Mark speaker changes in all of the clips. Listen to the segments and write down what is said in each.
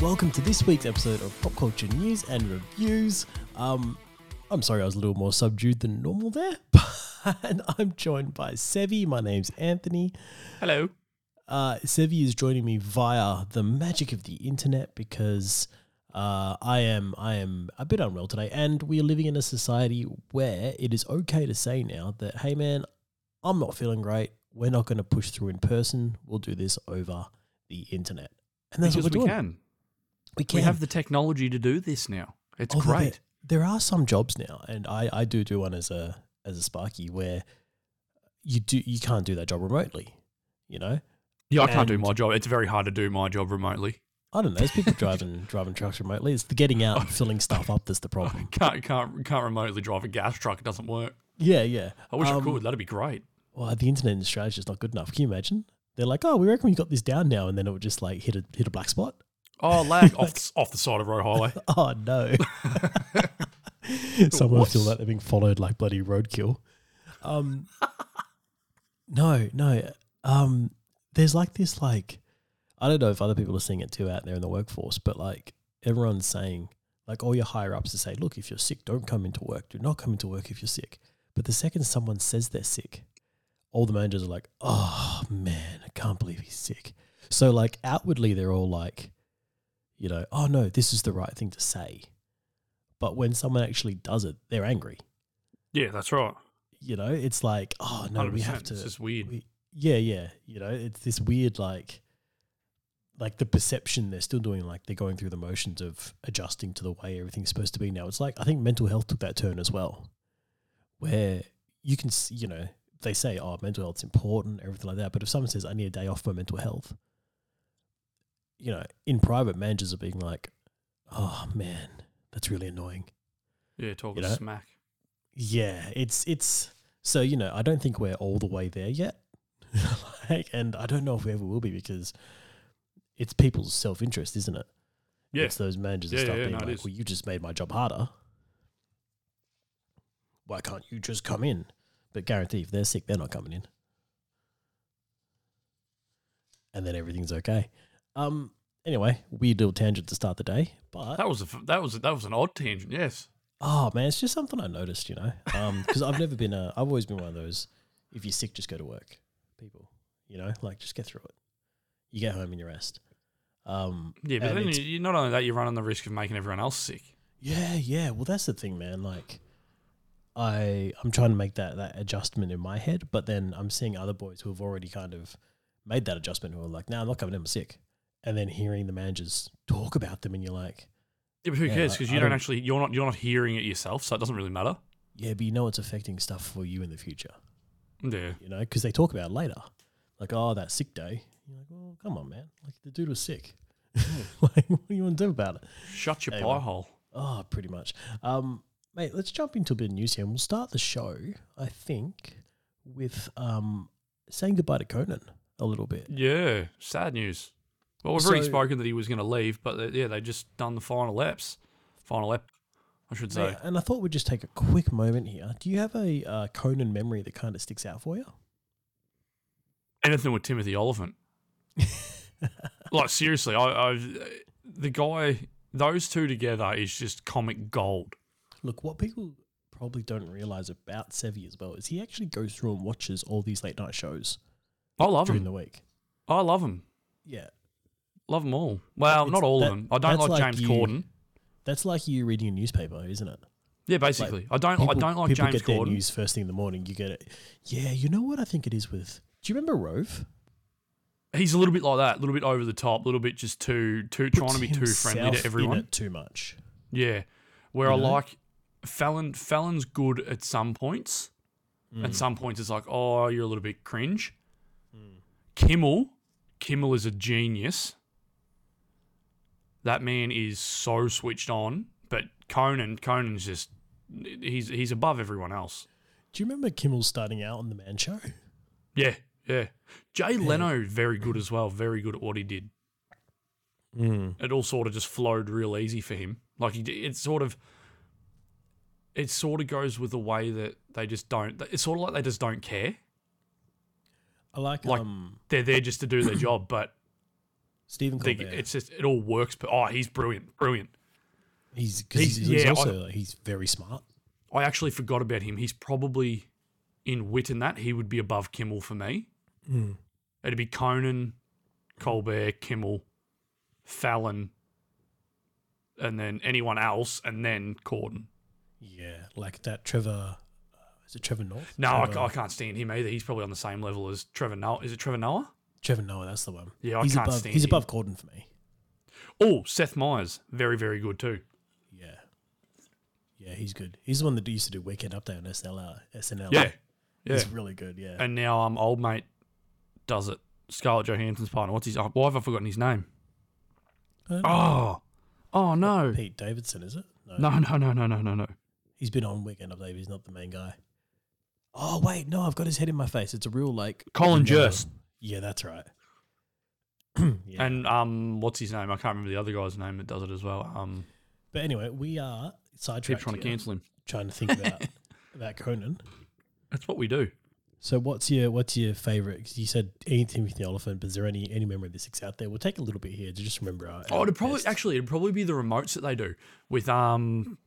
Speaker 1: welcome to this week's episode of Pop Culture News and Reviews. Um, I'm sorry I was a little more subdued than normal there, but I'm joined by Sevi. My name's Anthony.
Speaker 2: Hello.
Speaker 1: Uh, Sevi is joining me via the magic of the internet because uh, I am I am a bit unwell today, and we are living in a society where it is okay to say now that hey man, I'm not feeling great. We're not going to push through in person. We'll do this over the internet, and that's
Speaker 2: because
Speaker 1: what we're
Speaker 2: we
Speaker 1: doing.
Speaker 2: can. We have the technology to do this now. It's
Speaker 1: Although
Speaker 2: great.
Speaker 1: There, there are some jobs now, and I, I do do one as a as a Sparky where you do you can't do that job remotely. You know,
Speaker 2: Yeah, I can't do
Speaker 1: and-
Speaker 2: my job. It's very hard to do my job remotely.
Speaker 1: I don't know. There's people driving driving trucks remotely. It's the getting out and filling stuff up that's the problem.
Speaker 2: Can't can't can't remotely drive a gas truck. It doesn't work.
Speaker 1: Yeah, yeah.
Speaker 2: I wish
Speaker 1: Um,
Speaker 2: I could. That'd be great.
Speaker 1: Well, the internet in Australia is just not good enough. Can you imagine? They're like, oh, we reckon we got this down now, and then it would just like hit a hit a black spot.
Speaker 2: Oh, lag off the- off the side of road highway.
Speaker 1: Oh no! Someone will feel
Speaker 2: Whoops.
Speaker 1: like they're being followed like bloody roadkill. Um, no, no. Um, there's like this like I don't know if other people are seeing it too out there in the workforce, but like everyone's saying like all your higher ups are saying, look, if you're sick, don't come into work. Do not come into work if you're sick. But the second someone says they're sick, all the managers are like, oh man, I can't believe he's sick. So like outwardly they're all like, you know, oh no, this is the right thing to say. But when someone actually does it, they're angry.
Speaker 2: Yeah, that's right.
Speaker 1: You know, it's like, oh no, we have
Speaker 2: 100%.
Speaker 1: to
Speaker 2: It's just weird.
Speaker 1: we- yeah, yeah. You know, it's this weird like like the perception they're still doing like they're going through the motions of adjusting to the way everything's supposed to be now. It's like I think mental health took that turn as well. Where you can s- you know, they say oh mental health's important, everything like that, but if someone says I need a day off for mental health, you know, in private managers are being like, "Oh man, that's really annoying."
Speaker 2: Yeah, talk
Speaker 1: You know?
Speaker 2: smack.
Speaker 1: Yeah, it's it's so you know, I don't think we're all the way there yet. like, and I don't know if we ever will be because it's people's self interest, isn't it?
Speaker 2: Yeah.
Speaker 1: It's those managers
Speaker 2: Yeah,
Speaker 1: and stuff
Speaker 2: yeah,
Speaker 1: being
Speaker 2: no, it
Speaker 1: like,
Speaker 2: is.
Speaker 1: Well, you just made my job harder. Why can't you just come in? But guarantee if they're sick, they're not coming in. And then everything's okay. Um anyway, weird little tangent to start the day. But
Speaker 2: That was a f- that was a, that was an odd tangent. Yes.
Speaker 1: Oh man, it's just something I noticed, you know, because I've never been a. I've always been one of those. If you're sick, just go to work. People, you know, like just get through it. You get home and you rest. Um,
Speaker 2: Yeah, but
Speaker 1: and
Speaker 2: then
Speaker 1: it's-
Speaker 2: you, you- not only that, you're running the risk of making everyone else sick.
Speaker 1: yeah, yeah. Well, that's the thing, man. Like, I I'm trying to make that that adjustment in my head, but then I'm seeing other boys who have already kind of made that adjustment who are like, "No, I'm not coming in. I'm sick." And then hearing the managers talk about them, and you're like,
Speaker 2: Yeah, but who
Speaker 1: Yeah,
Speaker 2: cares?
Speaker 1: like,
Speaker 2: Because
Speaker 1: I
Speaker 2: you don't
Speaker 1: don't-
Speaker 2: actually you're not you're not hearing it yourself, so it doesn't really matter.
Speaker 1: "Yeah, but you know it's affecting stuff for you in the future."
Speaker 2: Yeah.
Speaker 1: you know, because they talk about it later. Like, oh, that sick day. You're like, well, come on, man. Like, the dude was sick.
Speaker 2: Hmm.
Speaker 1: like, what do you want to do about it?
Speaker 2: Shut your
Speaker 1: Anyway.
Speaker 2: pie hole.
Speaker 1: Oh, pretty much. Um, mate, let's jump into a bit of news here. And we'll start the show, I think, with um, saying goodbye to Conan a little bit.
Speaker 2: Yeah, sad news. Well, we've already
Speaker 1: So-
Speaker 2: spoken that he was going to leave, but uh, yeah, they just done the final laps. Final lap, I should say.
Speaker 1: Mate, and I thought we'd just take a quick moment here. Do you have a uh, Conan memory that kind of sticks out for you?
Speaker 2: Anything with Timothy Oliphant. like seriously, I, I've the guy. Those two together is just comic gold.
Speaker 1: Look, what people probably don't realize about Sevi as well is he actually goes through and watches all these late night shows
Speaker 2: I love
Speaker 1: during
Speaker 2: him.
Speaker 1: the week.
Speaker 2: I love him.
Speaker 1: Yeah.
Speaker 2: Love them all. Well,
Speaker 1: It's-
Speaker 2: not all
Speaker 1: that-
Speaker 2: of them. I don't
Speaker 1: that's
Speaker 2: like,
Speaker 1: like
Speaker 2: James
Speaker 1: you-
Speaker 2: Corden.
Speaker 1: That's like you reading a newspaper, isn't it?
Speaker 2: Yeah, basically, I don't. I
Speaker 1: People-
Speaker 2: don't like
Speaker 1: people
Speaker 2: James
Speaker 1: get their
Speaker 2: Corden.
Speaker 1: news first thing in the morning. You get it. Yeah, you know what I think it is with. Do you remember Rove?
Speaker 2: He's a little bit like that. A little bit over the top. A little bit just too too trying to be too friendly
Speaker 1: Himself
Speaker 2: to everyone.
Speaker 1: In it too much.
Speaker 2: Yeah, where I
Speaker 1: You know?
Speaker 2: like Fallon. Fallon's good at some points. At some points, it's like, oh, you're a little bit cringe. Mm. Kimmel, Kimmel is a genius. That man is so switched on. But Conan, Conan's just he's he's above everyone else.
Speaker 1: Do you remember Kimmel starting out on the Man Show?
Speaker 2: Yeah, yeah. Jay Leno, very good as well. Very good at what he did. It all sort of just flowed real easy for him. Like he, d- it sort of, it sort of goes with the way that they just don't. It's sort of like they just don't care.
Speaker 1: I like,
Speaker 2: Like-
Speaker 1: um
Speaker 2: They're there just to do their job. But
Speaker 1: Stephen
Speaker 2: I think
Speaker 1: Colbert.
Speaker 2: it's just it all works. But oh, he's brilliant, brilliant.
Speaker 1: he's because
Speaker 2: he's-
Speaker 1: he's, he's
Speaker 2: yeah,
Speaker 1: also like, he's very smart.
Speaker 2: I actually forgot about him. He's probably in wit and that he would be above Kimmel for me.
Speaker 1: Mm.
Speaker 2: It'd be Conan, Colbert, Kimmel, Fallon, and then anyone else, and then Corden.
Speaker 1: Yeah, like that Trevor. Uh, is it Trevor North?
Speaker 2: No, I,
Speaker 1: Trevor,
Speaker 2: I can't stand him either. He's probably on the same level as Trevor Noah. Is it Trevor Noah?
Speaker 1: Trevor Noah. That's the one.
Speaker 2: Yeah, I
Speaker 1: he's
Speaker 2: can't
Speaker 1: above.
Speaker 2: stand
Speaker 1: he's
Speaker 2: him.
Speaker 1: above Corden for me.
Speaker 2: Oh, Seth Meyers, very very good too.
Speaker 1: Yeah, yeah, he's good. He's the one that used to do Weekend Update on SNL. SNL.
Speaker 2: Yeah, yeah.
Speaker 1: he's really good. Yeah,
Speaker 2: And now um, old mate does it. Scarlett Johansson's partner. What's his? Oh, why have I forgotten his name?
Speaker 1: I don't know.
Speaker 2: Oh, oh no,
Speaker 1: Pete Davidson is it?
Speaker 2: no no no no no no no.
Speaker 1: He's been on Weekend Update, but he's not the main guy. Oh wait, no, I've got his head in my face. It's a real like
Speaker 2: Colin
Speaker 1: vanilla-
Speaker 2: Jost.
Speaker 1: Yeah, that's right. yeah.
Speaker 2: And um, what's his name? I can't remember the other guy's name that does it as well. Um,
Speaker 1: but anyway, we are
Speaker 2: keep
Speaker 1: sidetracked.
Speaker 2: trying to
Speaker 1: here,
Speaker 2: cancel him.
Speaker 1: trying to think about about Conan.
Speaker 2: That's what we do.
Speaker 1: So what's your what's your favorite? 'cause you said anything with the elephant, but is there any any memory that sticks out there? We'll take a little bit here to just remember. Our,
Speaker 2: Oh, it'd probably actually it'd probably be the remotes that they do with um.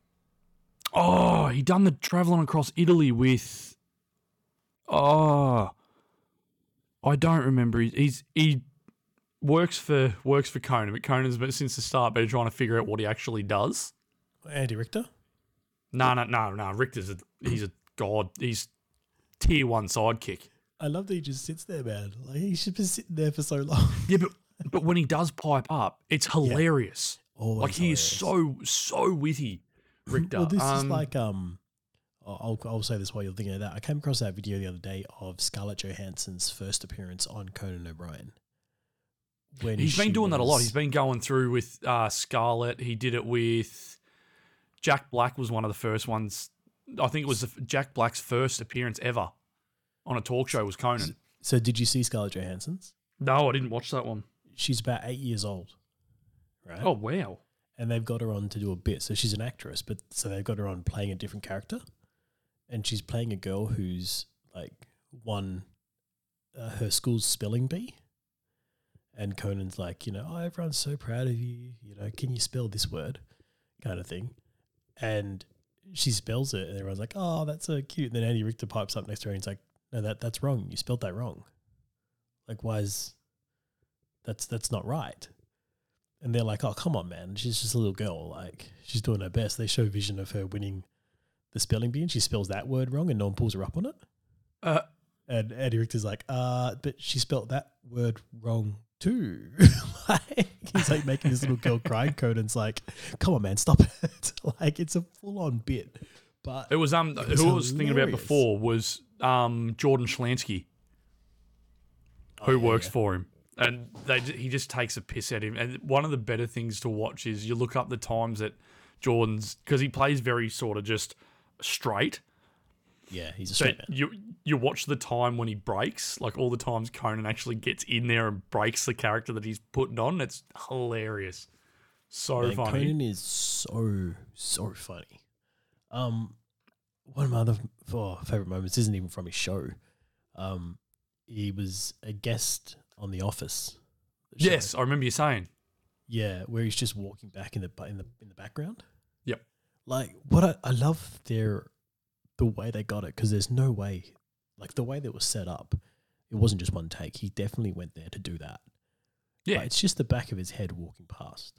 Speaker 2: Oh, he done the traveling across Italy with. Oh, I don't remember. He's, he's he works for works for Conan, but Conan's been since the start been trying to figure out what he actually does.
Speaker 1: Andy Richter.
Speaker 2: No, no, no, no. Richter's a he's a god. He's tier one sidekick.
Speaker 1: I love that he just sits there, man. Like he should be sitting there for so long.
Speaker 2: Yeah, but but when he does pipe up, it's hilarious.
Speaker 1: Oh,
Speaker 2: Like he is so so witty, Richter.
Speaker 1: Well, this is
Speaker 2: Um,
Speaker 1: like um, I'll I'll say this while you're thinking of that. I came across that video the other day of Scarlett Johansson's first appearance on Conan O'Brien. When
Speaker 2: He's
Speaker 1: she
Speaker 2: been doing that a lot.
Speaker 1: was-
Speaker 2: He's been going through with uh, Scarlett. He did it with Jack Black was one of the first ones. I think it was the, Jack Black's first appearance ever on a talk show was Conan.
Speaker 1: so did you see Scarlett Johansson's?
Speaker 2: No, I didn't watch that one.
Speaker 1: She's about eight years old, right?
Speaker 2: Oh wow.
Speaker 1: and they've got her on to do a bit. So she's an actress, but so they've got her on playing a different character, and she's playing a girl who's like won uh, her school's spelling bee. And Conan's like, you know, oh, everyone's so proud of you. You know, can you spell this word, kind of thing. And she spells it, and everyone's like, oh, that's so cute. And then Andy Richter pipes up next to her, and he's like, no, that that's wrong. You spelled that wrong. Like, why is that's that's not right? and they're like, "Oh, come on, man! She's just a little girl. Like, she's doing her best." They show vision of her winning the spelling bee, and she spells that word wrong, and no one pulls her up on it.
Speaker 2: Uh,
Speaker 1: And Eddie Richter's like, "Uh, but she spelled that word wrong too." like, he's like making this little girl cry. and Conan's like, "Come on, man, stop it!" like, it's a full-on bit. But
Speaker 2: it was um
Speaker 1: was
Speaker 2: who I was thinking about
Speaker 1: hilarious.
Speaker 2: before was um Jordan Schlansky, who works for him. And they, he just takes a piss at him. And one of the better things to watch is you look up the times that Jordan's because he plays very sort of just straight.
Speaker 1: yeah, he's a
Speaker 2: So
Speaker 1: straight man.
Speaker 2: you you watch the time when he breaks, like all the times Conan actually gets in there and breaks the character that he's putting on. It's hilarious, so
Speaker 1: Man,
Speaker 2: funny.
Speaker 1: Conan is so so funny. Um, one of my other f- oh, favorite moments isn't even from his show. Um, he was a guest on The Office. the show.
Speaker 2: yes, I remember you saying.
Speaker 1: yeah, where he's just walking back in the bu- in the in the background.
Speaker 2: Yep.
Speaker 1: Like what I, I love their the way they got it because there's no way like the way that was set up. It wasn't just one take. He definitely went there to do that.
Speaker 2: Yeah,
Speaker 1: Like, it's just the back of his head walking past.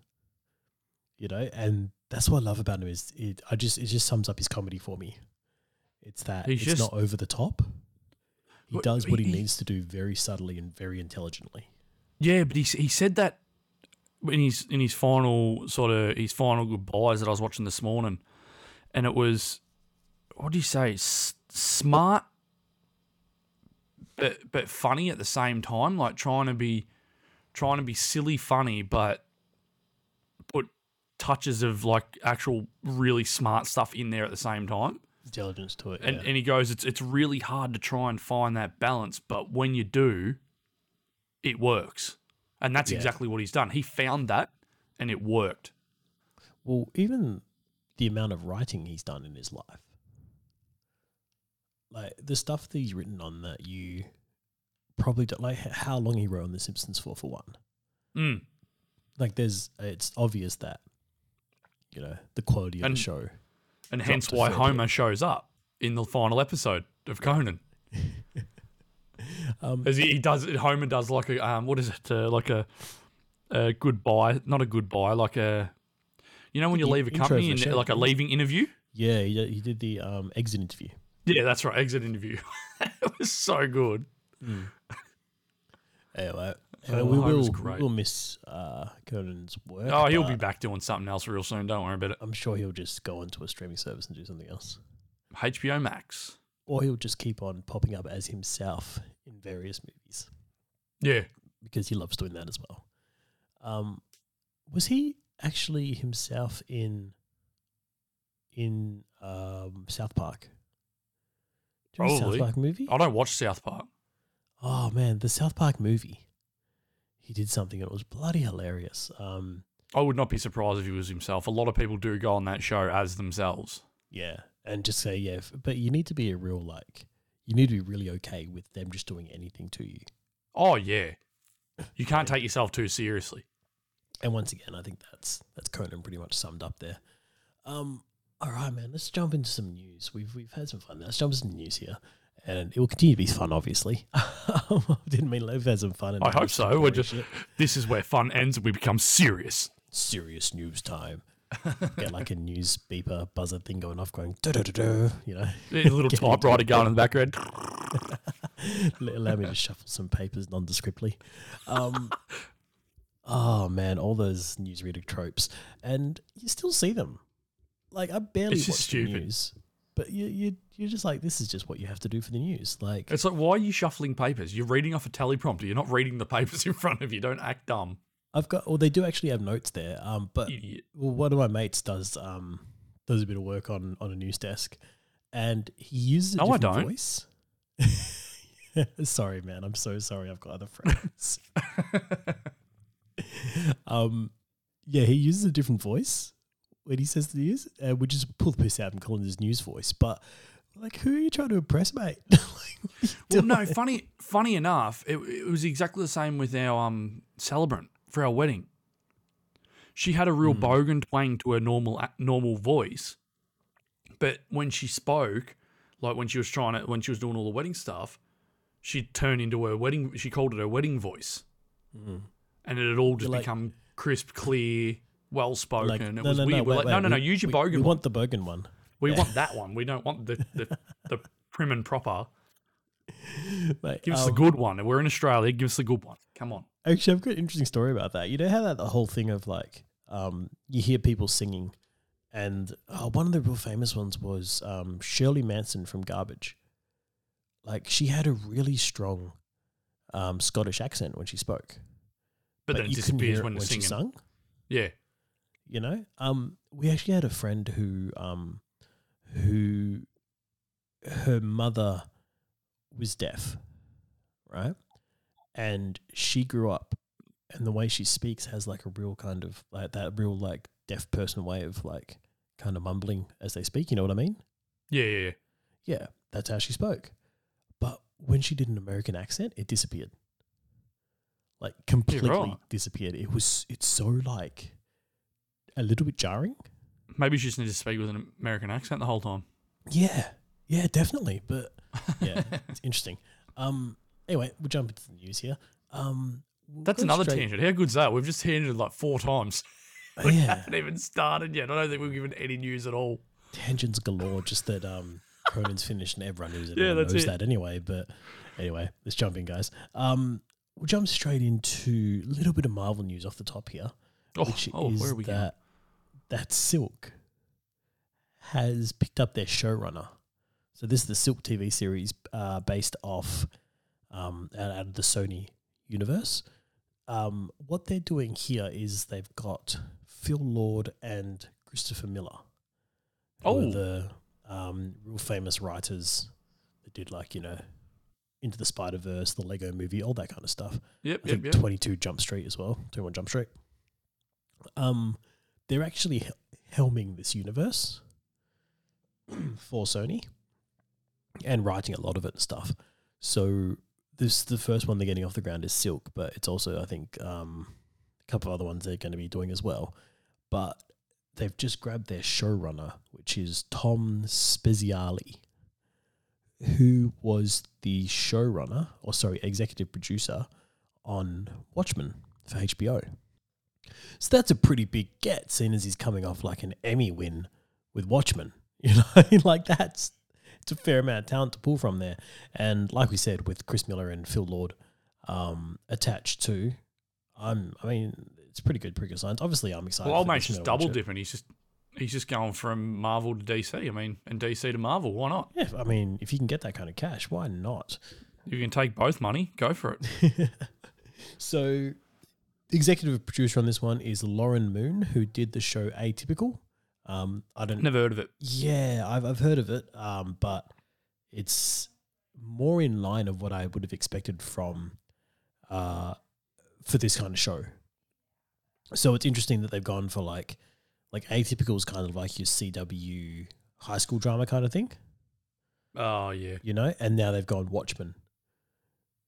Speaker 1: You know, and that's what I love about him is it. I just it just sums up his comedy for me. It's that
Speaker 2: He's
Speaker 1: it's
Speaker 2: just-
Speaker 1: not over the top. He
Speaker 2: But
Speaker 1: does what he,
Speaker 2: he-
Speaker 1: needs to do very subtly and very intelligently.
Speaker 2: Yeah, but he s- he said that in his in his final sort of his final goodbyes that I was watching this morning, and it was what do you say? S- smart, but but funny at the same time. Like trying to be trying to be silly funny, but put touches of like actual really smart stuff in there at the same time.
Speaker 1: Intelligence to it.
Speaker 2: And
Speaker 1: yeah.
Speaker 2: and he goes, it's it's really hard to try and find that balance, but when you do, it works. And that's
Speaker 1: Yeah.
Speaker 2: exactly what he's done. He found that and it worked.
Speaker 1: well, even the amount of writing he's done in his life. Like the stuff that he's written on that you probably don't like h- how long he wrote on The Simpsons for for one.
Speaker 2: Mm.
Speaker 1: Like there's, it's obvious that you know the quality of
Speaker 2: And-
Speaker 1: the show.
Speaker 2: and hence
Speaker 1: to
Speaker 2: why
Speaker 1: third
Speaker 2: Homer shows up in the final episode of Conan.
Speaker 1: Um,
Speaker 2: As he, he does, Homer does like a um, what is it? Uh, like a, a goodbye, not a goodbye, like a, you know, when you
Speaker 1: The
Speaker 2: leave a
Speaker 1: intro
Speaker 2: company
Speaker 1: for
Speaker 2: and
Speaker 1: Shell,
Speaker 2: like a
Speaker 1: yeah.
Speaker 2: leaving interview.
Speaker 1: Yeah, he, did- he did the um, exit interview.
Speaker 2: Yeah, that's right. Exit interview. it was so good.
Speaker 1: Anyway,
Speaker 2: Mm.
Speaker 1: uh,
Speaker 2: Oh,
Speaker 1: we
Speaker 2: Homer's
Speaker 1: will
Speaker 2: great.
Speaker 1: we'll miss uh, Conan's work.
Speaker 2: Oh, he'll be
Speaker 1: but
Speaker 2: back doing something else real soon. Don't worry about it.
Speaker 1: I'm sure he'll just go onto a streaming service and do something else,
Speaker 2: HBO Max.
Speaker 1: or he'll just keep on popping up as himself in various movies
Speaker 2: Yeah.
Speaker 1: because he loves doing that as well. Um, was he actually himself in in um, South Park? Do you know the
Speaker 2: Probably.
Speaker 1: South Park movie.
Speaker 2: I don't watch South Park.
Speaker 1: Oh man, the South Park movie. He did something and it was bloody hilarious. Um,
Speaker 2: I would not be surprised if he was himself. A lot of people do go on that show as themselves.
Speaker 1: yeah, and just say yeah, f- but you need to be a real like. You need to be really okay with them just doing anything to you.
Speaker 2: Oh yeah. You can't take yourself too seriously.
Speaker 1: And once again, I think that's that's Conan pretty much summed up there. Um, all right, man, let's jump into some news. We've we've had some fun. Let's jump into some news here, and it will continue to be fun. Obviously, I didn't mean we've had some fun. and
Speaker 2: I hope
Speaker 1: just
Speaker 2: so. We're
Speaker 1: ignoring
Speaker 2: just
Speaker 1: shit.
Speaker 2: this is where fun ends and we become serious.
Speaker 1: serious news time. Get like a news beeper buzzer thing going off, going da da da da. You know,
Speaker 2: A little typewriter going in the background.
Speaker 1: allow me to shuffle some papers nondescriptly. Um, oh man, all those newsreader tropes, and you still see them. Like I barely
Speaker 2: It's
Speaker 1: watch
Speaker 2: just
Speaker 1: the
Speaker 2: stupid.
Speaker 1: news, but you you you're just like this is just what you have to do for the news. Like
Speaker 2: It's like why are you shuffling papers? You're reading off a teleprompter. You're not reading the papers in front of you. Don't act dumb.
Speaker 1: I've got, well, they do actually have notes there. Um, but
Speaker 2: Idiot.
Speaker 1: well, one of my mates does um does a bit of work on on a news desk, and he uses a
Speaker 2: No, I
Speaker 1: different
Speaker 2: don't.
Speaker 1: voice. sorry, man. I'm so sorry. I've got other friends. um, yeah, he uses a different voice when he says the news, uh, which is pull the piss out and calling his news voice. But like, who are you trying to impress, mate? like, what are you
Speaker 2: Well,
Speaker 1: doing?
Speaker 2: no, funny, funny enough, it, it was exactly the same with our um celebrant for our wedding. She had a real
Speaker 1: Hmm.
Speaker 2: bogan twang to her normal normal voice, but when she spoke, like when she was trying to when she was doing all the wedding stuff, she'd turn into her wedding. She called it her wedding voice, and it had all just
Speaker 1: You're Hmm. like-
Speaker 2: become crisp, clear, well spoken.
Speaker 1: Like,
Speaker 2: it
Speaker 1: no,
Speaker 2: was
Speaker 1: no,
Speaker 2: weird.
Speaker 1: no,
Speaker 2: We're
Speaker 1: wait,
Speaker 2: like,
Speaker 1: wait,
Speaker 2: no, no,
Speaker 1: we-
Speaker 2: no, use your
Speaker 1: we-
Speaker 2: bogan
Speaker 1: We
Speaker 2: one.
Speaker 1: want the Bogan one.
Speaker 2: we want that one. We don't want the the, the prim and proper.
Speaker 1: Mate,
Speaker 2: Give us
Speaker 1: um,
Speaker 2: the good one. We're in Australia. Give us the good one. Come on.
Speaker 1: Actually, I've got an interesting story about that. You know how that the whole thing of like, um, you hear people singing, and oh, one of the real famous ones was um, Shirley Manson from Garbage. Like she had a really strong um, Scottish accent when she spoke,
Speaker 2: But, then it
Speaker 1: you couldn't hear
Speaker 2: disappears
Speaker 1: it
Speaker 2: when, it's
Speaker 1: she
Speaker 2: singing.
Speaker 1: sung.
Speaker 2: Yeah.
Speaker 1: You know, um, we actually had a friend who, um, who, her mother was deaf, right? And she grew up, and the way she speaks has like a real kind of like that real like deaf person way of like kind of mumbling as they speak. You know what I mean?
Speaker 2: Yeah, yeah, yeah.
Speaker 1: Yeah, that's how she spoke. But when she did an American accent, it disappeared. Like completely
Speaker 2: right.
Speaker 1: disappeared. It was it's so like a little bit jarring.
Speaker 2: Maybe she just needs to speak with an American accent the whole time.
Speaker 1: Yeah. Yeah, definitely. But yeah, it's interesting. Um anyway, we'll jump into the news here. Um we'll
Speaker 2: That's
Speaker 1: go
Speaker 2: another
Speaker 1: straight-
Speaker 2: tangent. How good's that? We've just handed it like four times.
Speaker 1: Oh, yeah.
Speaker 2: haven't even started yet. I don't think we've given any news at all.
Speaker 1: Tangents galore, just that um Conan's finished and everyone knows, it,
Speaker 2: Yeah,
Speaker 1: everyone
Speaker 2: that's
Speaker 1: knows
Speaker 2: it.
Speaker 1: that anyway. But anyway, let's jump in, guys. Um we'll jump straight into a little bit of Marvel news off the top here.
Speaker 2: Oh,
Speaker 1: which
Speaker 2: oh
Speaker 1: is
Speaker 2: where are we going?
Speaker 1: that that Silk has picked up their showrunner. So this is the Silk TV series uh, based off um, out out of the Sony universe. Um, what they're doing here is they've got Phil Lord and Christopher Miller. who are
Speaker 2: Oh.
Speaker 1: the um, real famous writers that did like you know into the Spider Verse, the Lego Movie, all that kind of stuff.
Speaker 2: Yep,
Speaker 1: I
Speaker 2: yep,
Speaker 1: think
Speaker 2: yep.
Speaker 1: 22 Jump Street as well, 21 Jump Street. Um, they're actually hel- helming this universe for Sony and writing a lot of it and stuff. So this the first one they're getting off the ground is Silk, but it's also I think um, couple of other ones they're going to be doing as well. But they've just grabbed their showrunner, which is Tom Speziali, who was the showrunner, or sorry, executive producer on Watchmen for HBO. So that's a pretty big get, seeing as he's coming off like an Emmy win with Watchmen. You know, like that's it's a fair amount of talent to pull from there. And like we said, with Chris Miller and Phil Lord um, attached to, I'm I mean, it's pretty good, pretty good signs. Obviously, I'm excited.
Speaker 2: Well, old
Speaker 1: for
Speaker 2: mate's
Speaker 1: this
Speaker 2: just
Speaker 1: and I'll watch
Speaker 2: double
Speaker 1: it.
Speaker 2: dipping. He's just he's just going from Marvel to DC. I mean, and DC to Marvel. Why not?
Speaker 1: Yeah, I mean, if you can get that kind of cash, why not?
Speaker 2: You can take both money. Go for it.
Speaker 1: So, executive producer on this one is Lauren Moon, who did the show Atypical. Um, I don't
Speaker 2: Never heard of it.
Speaker 1: Yeah, I've I've heard of it, um, but it's more in line of what I would have expected from uh, for this kind of show. So it's interesting that they've gone for like like atypical is kind of like your CW high school drama kind of thing,
Speaker 2: Oh yeah.
Speaker 1: you know, and now they've gone Watchmen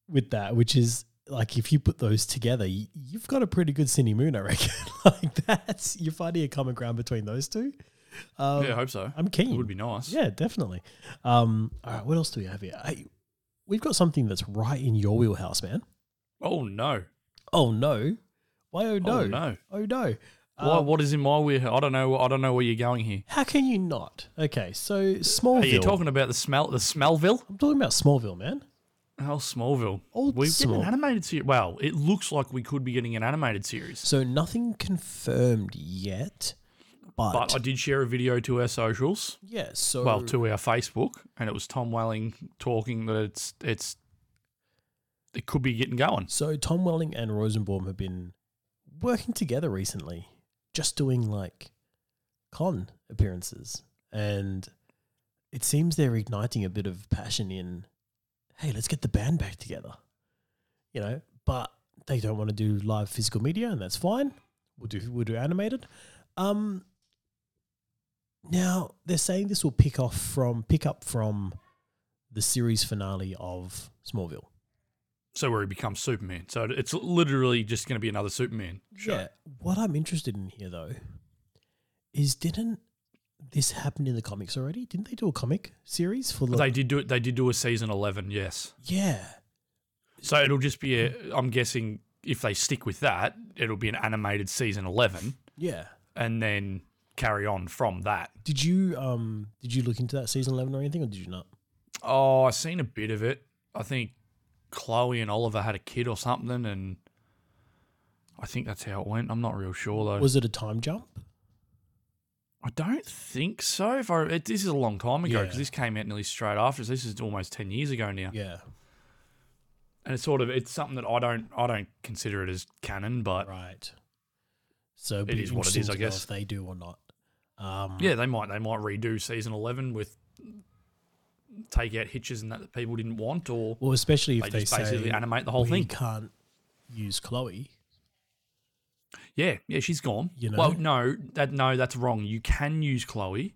Speaker 1: with that, which is like if you put those together, y- you've got a pretty good Cindy Moon, I reckon. like that's you're finding a common ground between those two. Um,
Speaker 2: yeah, I hope so.
Speaker 1: I'm keen.
Speaker 2: It would be nice.
Speaker 1: Yeah, definitely. Um, all right, what else do we have here? Hey, we've got something that's right in your wheelhouse, man.
Speaker 2: Oh no.
Speaker 1: Oh no! Why? Oh no!
Speaker 2: Oh no.
Speaker 1: Oh, no.
Speaker 2: Why,
Speaker 1: Um,
Speaker 2: what is in my wheelhouse? I don't know. I don't know where you're going here.
Speaker 1: How can you not? Okay, so
Speaker 2: Are
Speaker 1: Smallville.
Speaker 2: you talking about the smell? The Smellville?
Speaker 1: I'm talking about Smallville, man.
Speaker 2: Oh, Smallville.
Speaker 1: Old
Speaker 2: we
Speaker 1: Small-
Speaker 2: an animated series. Well, it looks like we could be getting an animated series.
Speaker 1: So nothing confirmed yet, but,
Speaker 2: But I did share a video to our socials,
Speaker 1: yeah. So
Speaker 2: well, to our Facebook, and it was Tom Welling talking that it's it's it could be getting going.
Speaker 1: So Tom Welling and Rosenbaum have been working together recently, just doing like con appearances, and it seems they're igniting a bit of passion in. Hey, let's get the band back together, you know. But they don't want to do live physical media, and that's fine. We'll do we'll do animated. Um, now they're saying this will pick off from pick up from the series finale of Smallville.
Speaker 2: So where he becomes Superman. So it's literally just going to be another Superman. show.
Speaker 1: Yeah. What I'm interested in here though is didn't this happen in the comics already? Didn't they do a comic series for the
Speaker 2: They did do it. They did do a season eleven. Yes.
Speaker 1: Yeah.
Speaker 2: So it'll just be a. I'm guessing if they stick with that, it'll be an animated season eleven,
Speaker 1: Yeah.
Speaker 2: and then carry on from that.
Speaker 1: Did you um did you look into that season eleven or anything or did you not?
Speaker 2: Oh, I seen a bit of it. I think Chloe and Oliver had a kid or something, and I think that's how it went. I'm not real sure though.
Speaker 1: Was it a time jump?
Speaker 2: I don't think so. If I, it, this is a long time ago because
Speaker 1: Yeah.
Speaker 2: this came out nearly straight after. So this is almost ten years ago now,
Speaker 1: Yeah.
Speaker 2: and it's sort of it's something that I don't I don't consider it as canon, but
Speaker 1: Right. So
Speaker 2: It is what it is, I guess.
Speaker 1: if they do or not. Um
Speaker 2: yeah, they might they might redo season eleven with take out hitches and that that people didn't want, or
Speaker 1: Well especially if
Speaker 2: they
Speaker 1: they,
Speaker 2: just basically
Speaker 1: say
Speaker 2: animate the whole
Speaker 1: we
Speaker 2: thing.
Speaker 1: can't use Chloe.
Speaker 2: Yeah, yeah, she's gone.
Speaker 1: You know?
Speaker 2: Well, no, that no, that's wrong. You can use Chloe,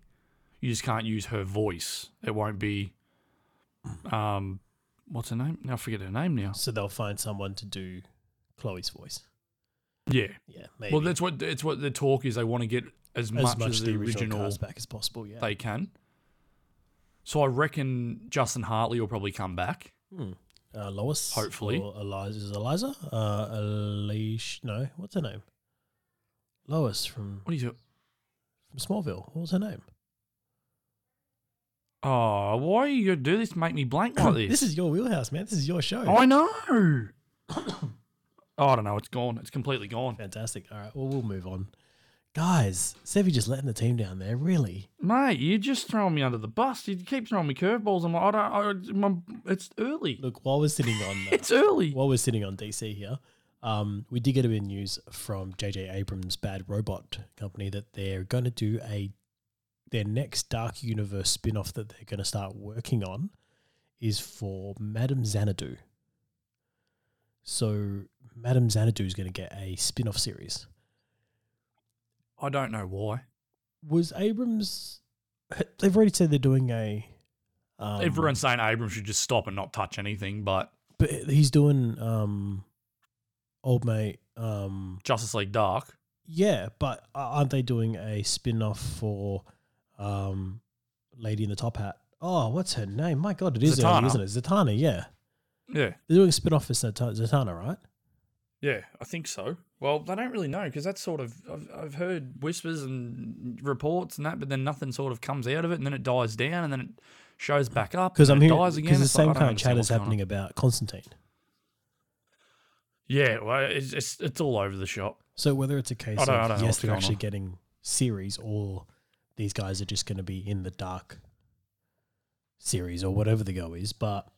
Speaker 2: you just can't use her voice. It won't be, um, what's her name? Now I forget her name now.
Speaker 1: So they'll find someone to do Chloe's voice.
Speaker 2: Yeah.
Speaker 1: Yeah, maybe
Speaker 2: Well, that's what it's what the talk is. They want to get as,
Speaker 1: as
Speaker 2: much, as the original,
Speaker 1: cast back as possible, yeah.
Speaker 2: they can. So I reckon Justin Hartley will probably come back.
Speaker 1: Hmm. Uh, Lois.
Speaker 2: Hopefully.
Speaker 1: Or Eliza. Is it Eliza? Uh, Elish. No. What's her name? Lois from,
Speaker 2: What do you?
Speaker 1: from Smallville. What was her name?
Speaker 2: Oh, why are you gonna do this? Make me blank like this.
Speaker 1: This is your wheelhouse, man. This is your show.
Speaker 2: I know. oh, I don't know. It's gone. It's completely gone.
Speaker 1: Fantastic. All right. Well, we'll move on. Guys, Sevi just letting the team down there. Really?
Speaker 2: Mate, you're just throwing me under the bus. You keep throwing me curveballs. I'm like, I don't. I, my, it's early.
Speaker 1: Look, while we're sitting on uh,
Speaker 2: It's early.
Speaker 1: while we're sitting on DC here, um, we did get a bit of news from JJ Abrams' Bad Robot company that they're going to do a their next Dark Universe spin-off that they're going to start working on is for Madame Xanadu. So Madame Xanadu is going to get a spin-off series.
Speaker 2: I don't know why.
Speaker 1: Was Abrams? They've already said they're doing a. Um,
Speaker 2: Everyone's saying Abrams should just stop and not touch anything, but
Speaker 1: but he's doing um, old mate. Um,
Speaker 2: Justice League Dark.
Speaker 1: yeah, but a- aren't they doing a spin off for um, Lady in the Top Hat? Oh, what's her name? My God, it is early,
Speaker 2: Zatanna.
Speaker 1: isn't it? Zatanna, yeah.
Speaker 2: Yeah,
Speaker 1: They're doing a spin off for Zata- Zatanna, right?
Speaker 2: yeah, I think so. Well, I don't really know because that's sort of I've, I've heard whispers and reports and that, but then nothing sort of comes out of it, and then it dies down, and then it shows back up.
Speaker 1: Because
Speaker 2: and
Speaker 1: I'm
Speaker 2: it
Speaker 1: hearing
Speaker 2: dies again.
Speaker 1: because the
Speaker 2: It's like,
Speaker 1: same
Speaker 2: I don't
Speaker 1: kind of
Speaker 2: understand
Speaker 1: chat is
Speaker 2: what's going on.
Speaker 1: happening about Constantine.
Speaker 2: Yeah, well, it's, it's it's all over the shop.
Speaker 1: So whether it's a case
Speaker 2: I don't- I don't
Speaker 1: of
Speaker 2: know
Speaker 1: yes,
Speaker 2: what's
Speaker 1: they're
Speaker 2: going
Speaker 1: actually
Speaker 2: on.
Speaker 1: getting series, or these guys are just going to be in the dark series or whatever the go is, but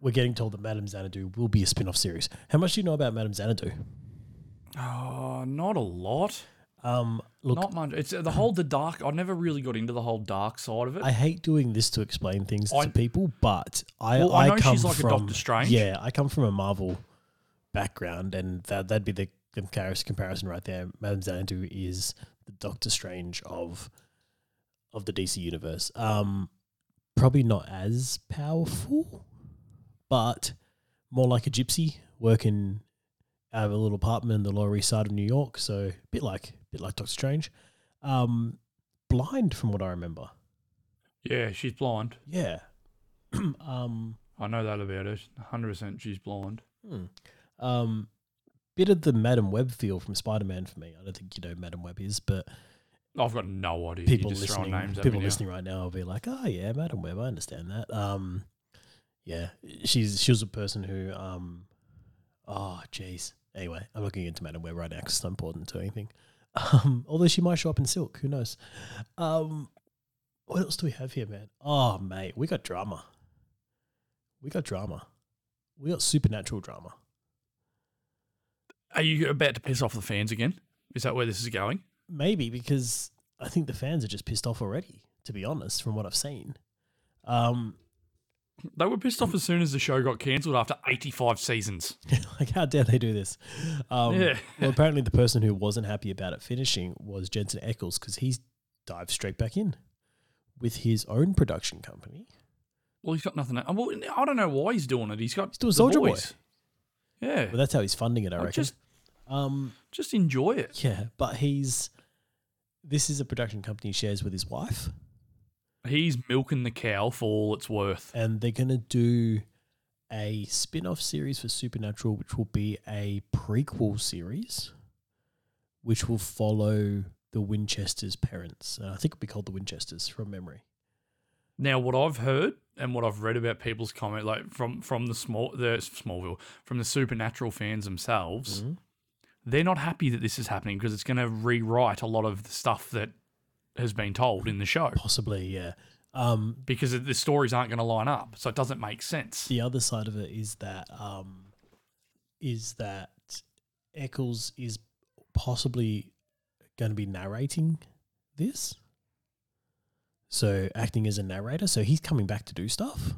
Speaker 1: we're getting told that Madame Xanadu will be a spin-off series. How much do you know about Madame Xanadu?
Speaker 2: Oh, not a lot.
Speaker 1: Um, look,
Speaker 2: not much. It's uh, the whole the dark. I never really got into the whole dark side of it.
Speaker 1: I hate doing this to explain things
Speaker 2: I-
Speaker 1: to people, but I
Speaker 2: Well, I
Speaker 1: I,
Speaker 2: know she's
Speaker 1: come
Speaker 2: like a
Speaker 1: from
Speaker 2: Doctor Strange.
Speaker 1: Yeah, I come from a Marvel background, and that that'd be the the comparison comparison right there. Madame Xanadu is the Doctor Strange of of the DC universe. Um, probably not as powerful, but more like a gypsy working out of a little apartment in the Lower East Side of New York. So a bit like bit like Doctor Strange. Um, blind from what I remember.
Speaker 2: yeah, she's blind.
Speaker 1: Yeah. um,
Speaker 2: I know that about her. Hundred percent, she's blind.
Speaker 1: hmm. um, bit of the Madam Web feel from Spider Man for me. I don't think you know who Madam Web is, but
Speaker 2: I've got no idea.
Speaker 1: people
Speaker 2: You're just throwing
Speaker 1: listening,
Speaker 2: names at me
Speaker 1: people
Speaker 2: now.
Speaker 1: listening right now will be like, "Oh yeah, Madam Web, I understand that." Um, yeah, she's she was a person who, um, oh jeez. Anyway, I'm not getting into Madam Web right now because it's not important to anything. Um, although she might show up in silk, who knows? Um, what else do we have here, man? Oh mate, we got drama. We got drama. We got supernatural drama.
Speaker 2: Are you about to piss off the fans again? Is that where this is going?
Speaker 1: Maybe because I think the fans are just pissed off already. To be honest, from what I've seen, um,
Speaker 2: They were pissed off as soon as the show got cancelled after 85 seasons.
Speaker 1: like how dare they do this? Um,
Speaker 2: Yeah.
Speaker 1: well, apparently the person who wasn't happy about it finishing was Jensen Eccles because he dived straight back in with his own production company.
Speaker 2: Well, he's got nothing. To, well, I don't know why he's doing it. He's got
Speaker 1: He's doing
Speaker 2: the
Speaker 1: Soldier Boy.
Speaker 2: boys. Yeah,
Speaker 1: Well, that's how he's funding it, I
Speaker 2: Like,
Speaker 1: reckon.
Speaker 2: just
Speaker 1: um,
Speaker 2: just enjoy it.
Speaker 1: yeah, but he's this is a production company he shares with his wife,
Speaker 2: He's milking the cow for all it's worth.
Speaker 1: and they're gonna do a spin-off series for Supernatural, which will be a prequel series, which will follow the Winchesters' parents. Uh, I think it'll be called the Winchesters from memory.
Speaker 2: Now, what I've heard and what I've read about people's comment, like from from the small the Smallville, from the supernatural fans themselves,
Speaker 1: Mhm.
Speaker 2: they're not happy that this is happening because it's going to rewrite a lot of the stuff that has been told in the show
Speaker 1: Possibly, yeah. Um,
Speaker 2: because the stories aren't going to line up, so it doesn't make sense.
Speaker 1: the other side of it is that um, is that Eccles is possibly going to be narrating this, so acting as a narrator. So he's coming back to do stuff.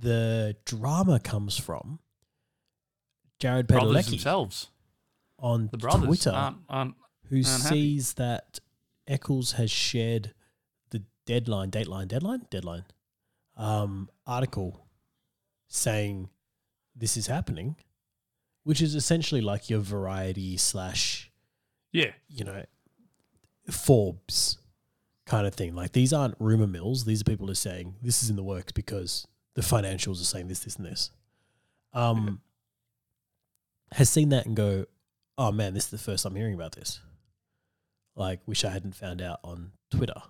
Speaker 1: The drama comes from Jared
Speaker 2: Brothers
Speaker 1: Padalecki
Speaker 2: themselves,
Speaker 1: on
Speaker 2: the brothers, Ah,
Speaker 1: Twitter.
Speaker 2: aren't- aren't-
Speaker 1: who
Speaker 2: aren't happy.
Speaker 1: sees that Eccles has shared the deadline, dateline, deadline, deadline um, article saying this is happening, which is essentially like your variety slash,
Speaker 2: yeah,
Speaker 1: you know, Forbes kind of thing. Like these aren't rumor mills. These are people who are saying this is in the works because the financials are saying this, this, and this. Um, has seen that and go, oh man, this is the first I'm hearing about this. Like, wish I hadn't found out on Twitter.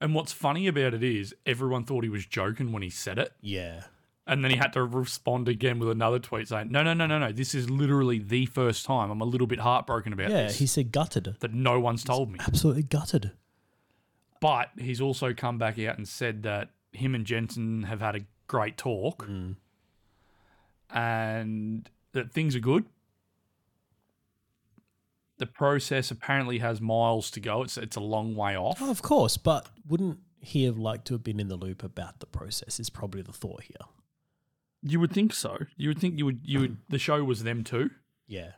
Speaker 2: And what's funny about it is everyone thought he was joking when he said it.
Speaker 1: Yeah.
Speaker 2: And then he had to respond again with another tweet saying, No, no, no, no, no. This is literally the first time. I'm a little bit heartbroken about
Speaker 1: Yeah.
Speaker 2: this.
Speaker 1: He said gutted.
Speaker 2: that no one's told me.
Speaker 1: Absolutely gutted.
Speaker 2: But he's also come back out and said that him and Jensen have had a great talk
Speaker 1: Mm.
Speaker 2: and that things are good. The process apparently has miles to go. It's it's a long way off.
Speaker 1: Oh, of course. But wouldn't he have liked to have been in the loop about the process? Is probably the thought here.
Speaker 2: You would think so. You would think you would you
Speaker 1: Hmm.
Speaker 2: would the show was them too.
Speaker 1: Yeah.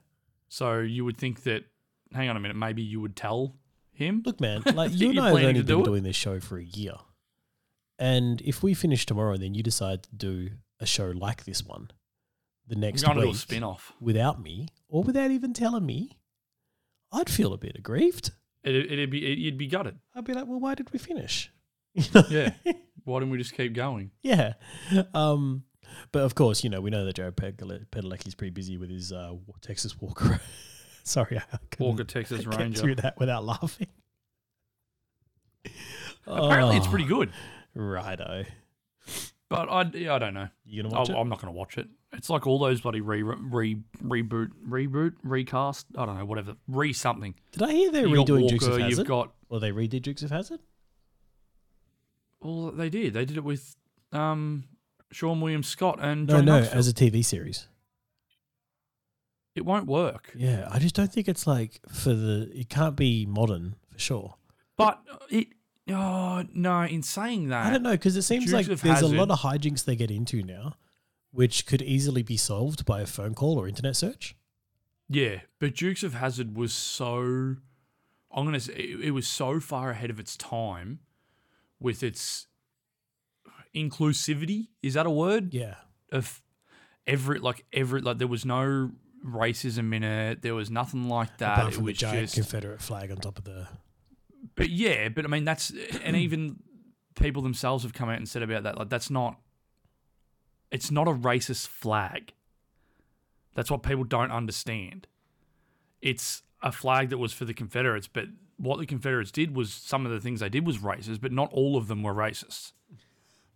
Speaker 2: So you would think that, hang on a minute, maybe you would tell him.
Speaker 1: Look, man, like
Speaker 2: That
Speaker 1: you and
Speaker 2: you're
Speaker 1: I have
Speaker 2: planning
Speaker 1: only
Speaker 2: to
Speaker 1: been
Speaker 2: do it?
Speaker 1: doing this show for a year. And if we finish tomorrow and then you decide to do a show like this one, the next
Speaker 2: We're going to do a
Speaker 1: week
Speaker 2: spin off.
Speaker 1: without me or without even telling me, I'd feel a bit aggrieved.
Speaker 2: It, it'd be, it, you'd be gutted.
Speaker 1: I'd be like, well, why did we finish? You know?
Speaker 2: Yeah. Why didn't we just keep going?
Speaker 1: Yeah. Um, but of course, you know, we know that Jared Pedale- Padalecki's pretty busy with his uh, Wa- Texas Walker. Sorry, I couldn't
Speaker 2: Walker, Texas
Speaker 1: get
Speaker 2: Ranger.
Speaker 1: through that without laughing.
Speaker 2: Apparently, it's
Speaker 1: Oh,
Speaker 2: pretty good,
Speaker 1: Righto.
Speaker 2: but I, yeah, I don't know.
Speaker 1: You gonna
Speaker 2: i
Speaker 1: watch it?
Speaker 2: I'm not going to watch it. It's like all those bloody re, re reboot, reboot, recast. I don't know, whatever. Re something.
Speaker 1: Did I hear they're
Speaker 2: You got
Speaker 1: redoing Dukes of
Speaker 2: Walker. You've
Speaker 1: Hazard?
Speaker 2: got.
Speaker 1: Or they redid Dukes of Hazard?
Speaker 2: Well, they did. They did it with um, Sean William Scott and
Speaker 1: No,
Speaker 2: Johnny
Speaker 1: no,
Speaker 2: Knoxville.
Speaker 1: as a TV series.
Speaker 2: it won't work.
Speaker 1: Yeah, I just don't think it's like for the. It can't be modern for sure.
Speaker 2: But uh, it. Oh no! In saying that,
Speaker 1: I don't know because it seems
Speaker 2: Dukes
Speaker 1: like
Speaker 2: of
Speaker 1: there's a lot
Speaker 2: Hazzard.
Speaker 1: of hijinks they get into now, which could easily be solved by a phone call or internet search.
Speaker 2: Yeah, but Dukes of Hazard was so. I'm gonna say it, it was so far ahead of its time, with its inclusivity. Is that a word?
Speaker 1: Yeah,
Speaker 2: Of every like every like there was no racism in it. There was nothing like that.
Speaker 1: apart
Speaker 2: it
Speaker 1: from the
Speaker 2: was
Speaker 1: giant
Speaker 2: just.
Speaker 1: Confederate flag on top of the.
Speaker 2: but yeah, but I mean that's and even people themselves have come out and said about that like that's not. It's not a racist flag. That's what people don't understand. It's a flag that was for the Confederates, but what the Confederates did was some of the things they did was racist, but not all of them were racist.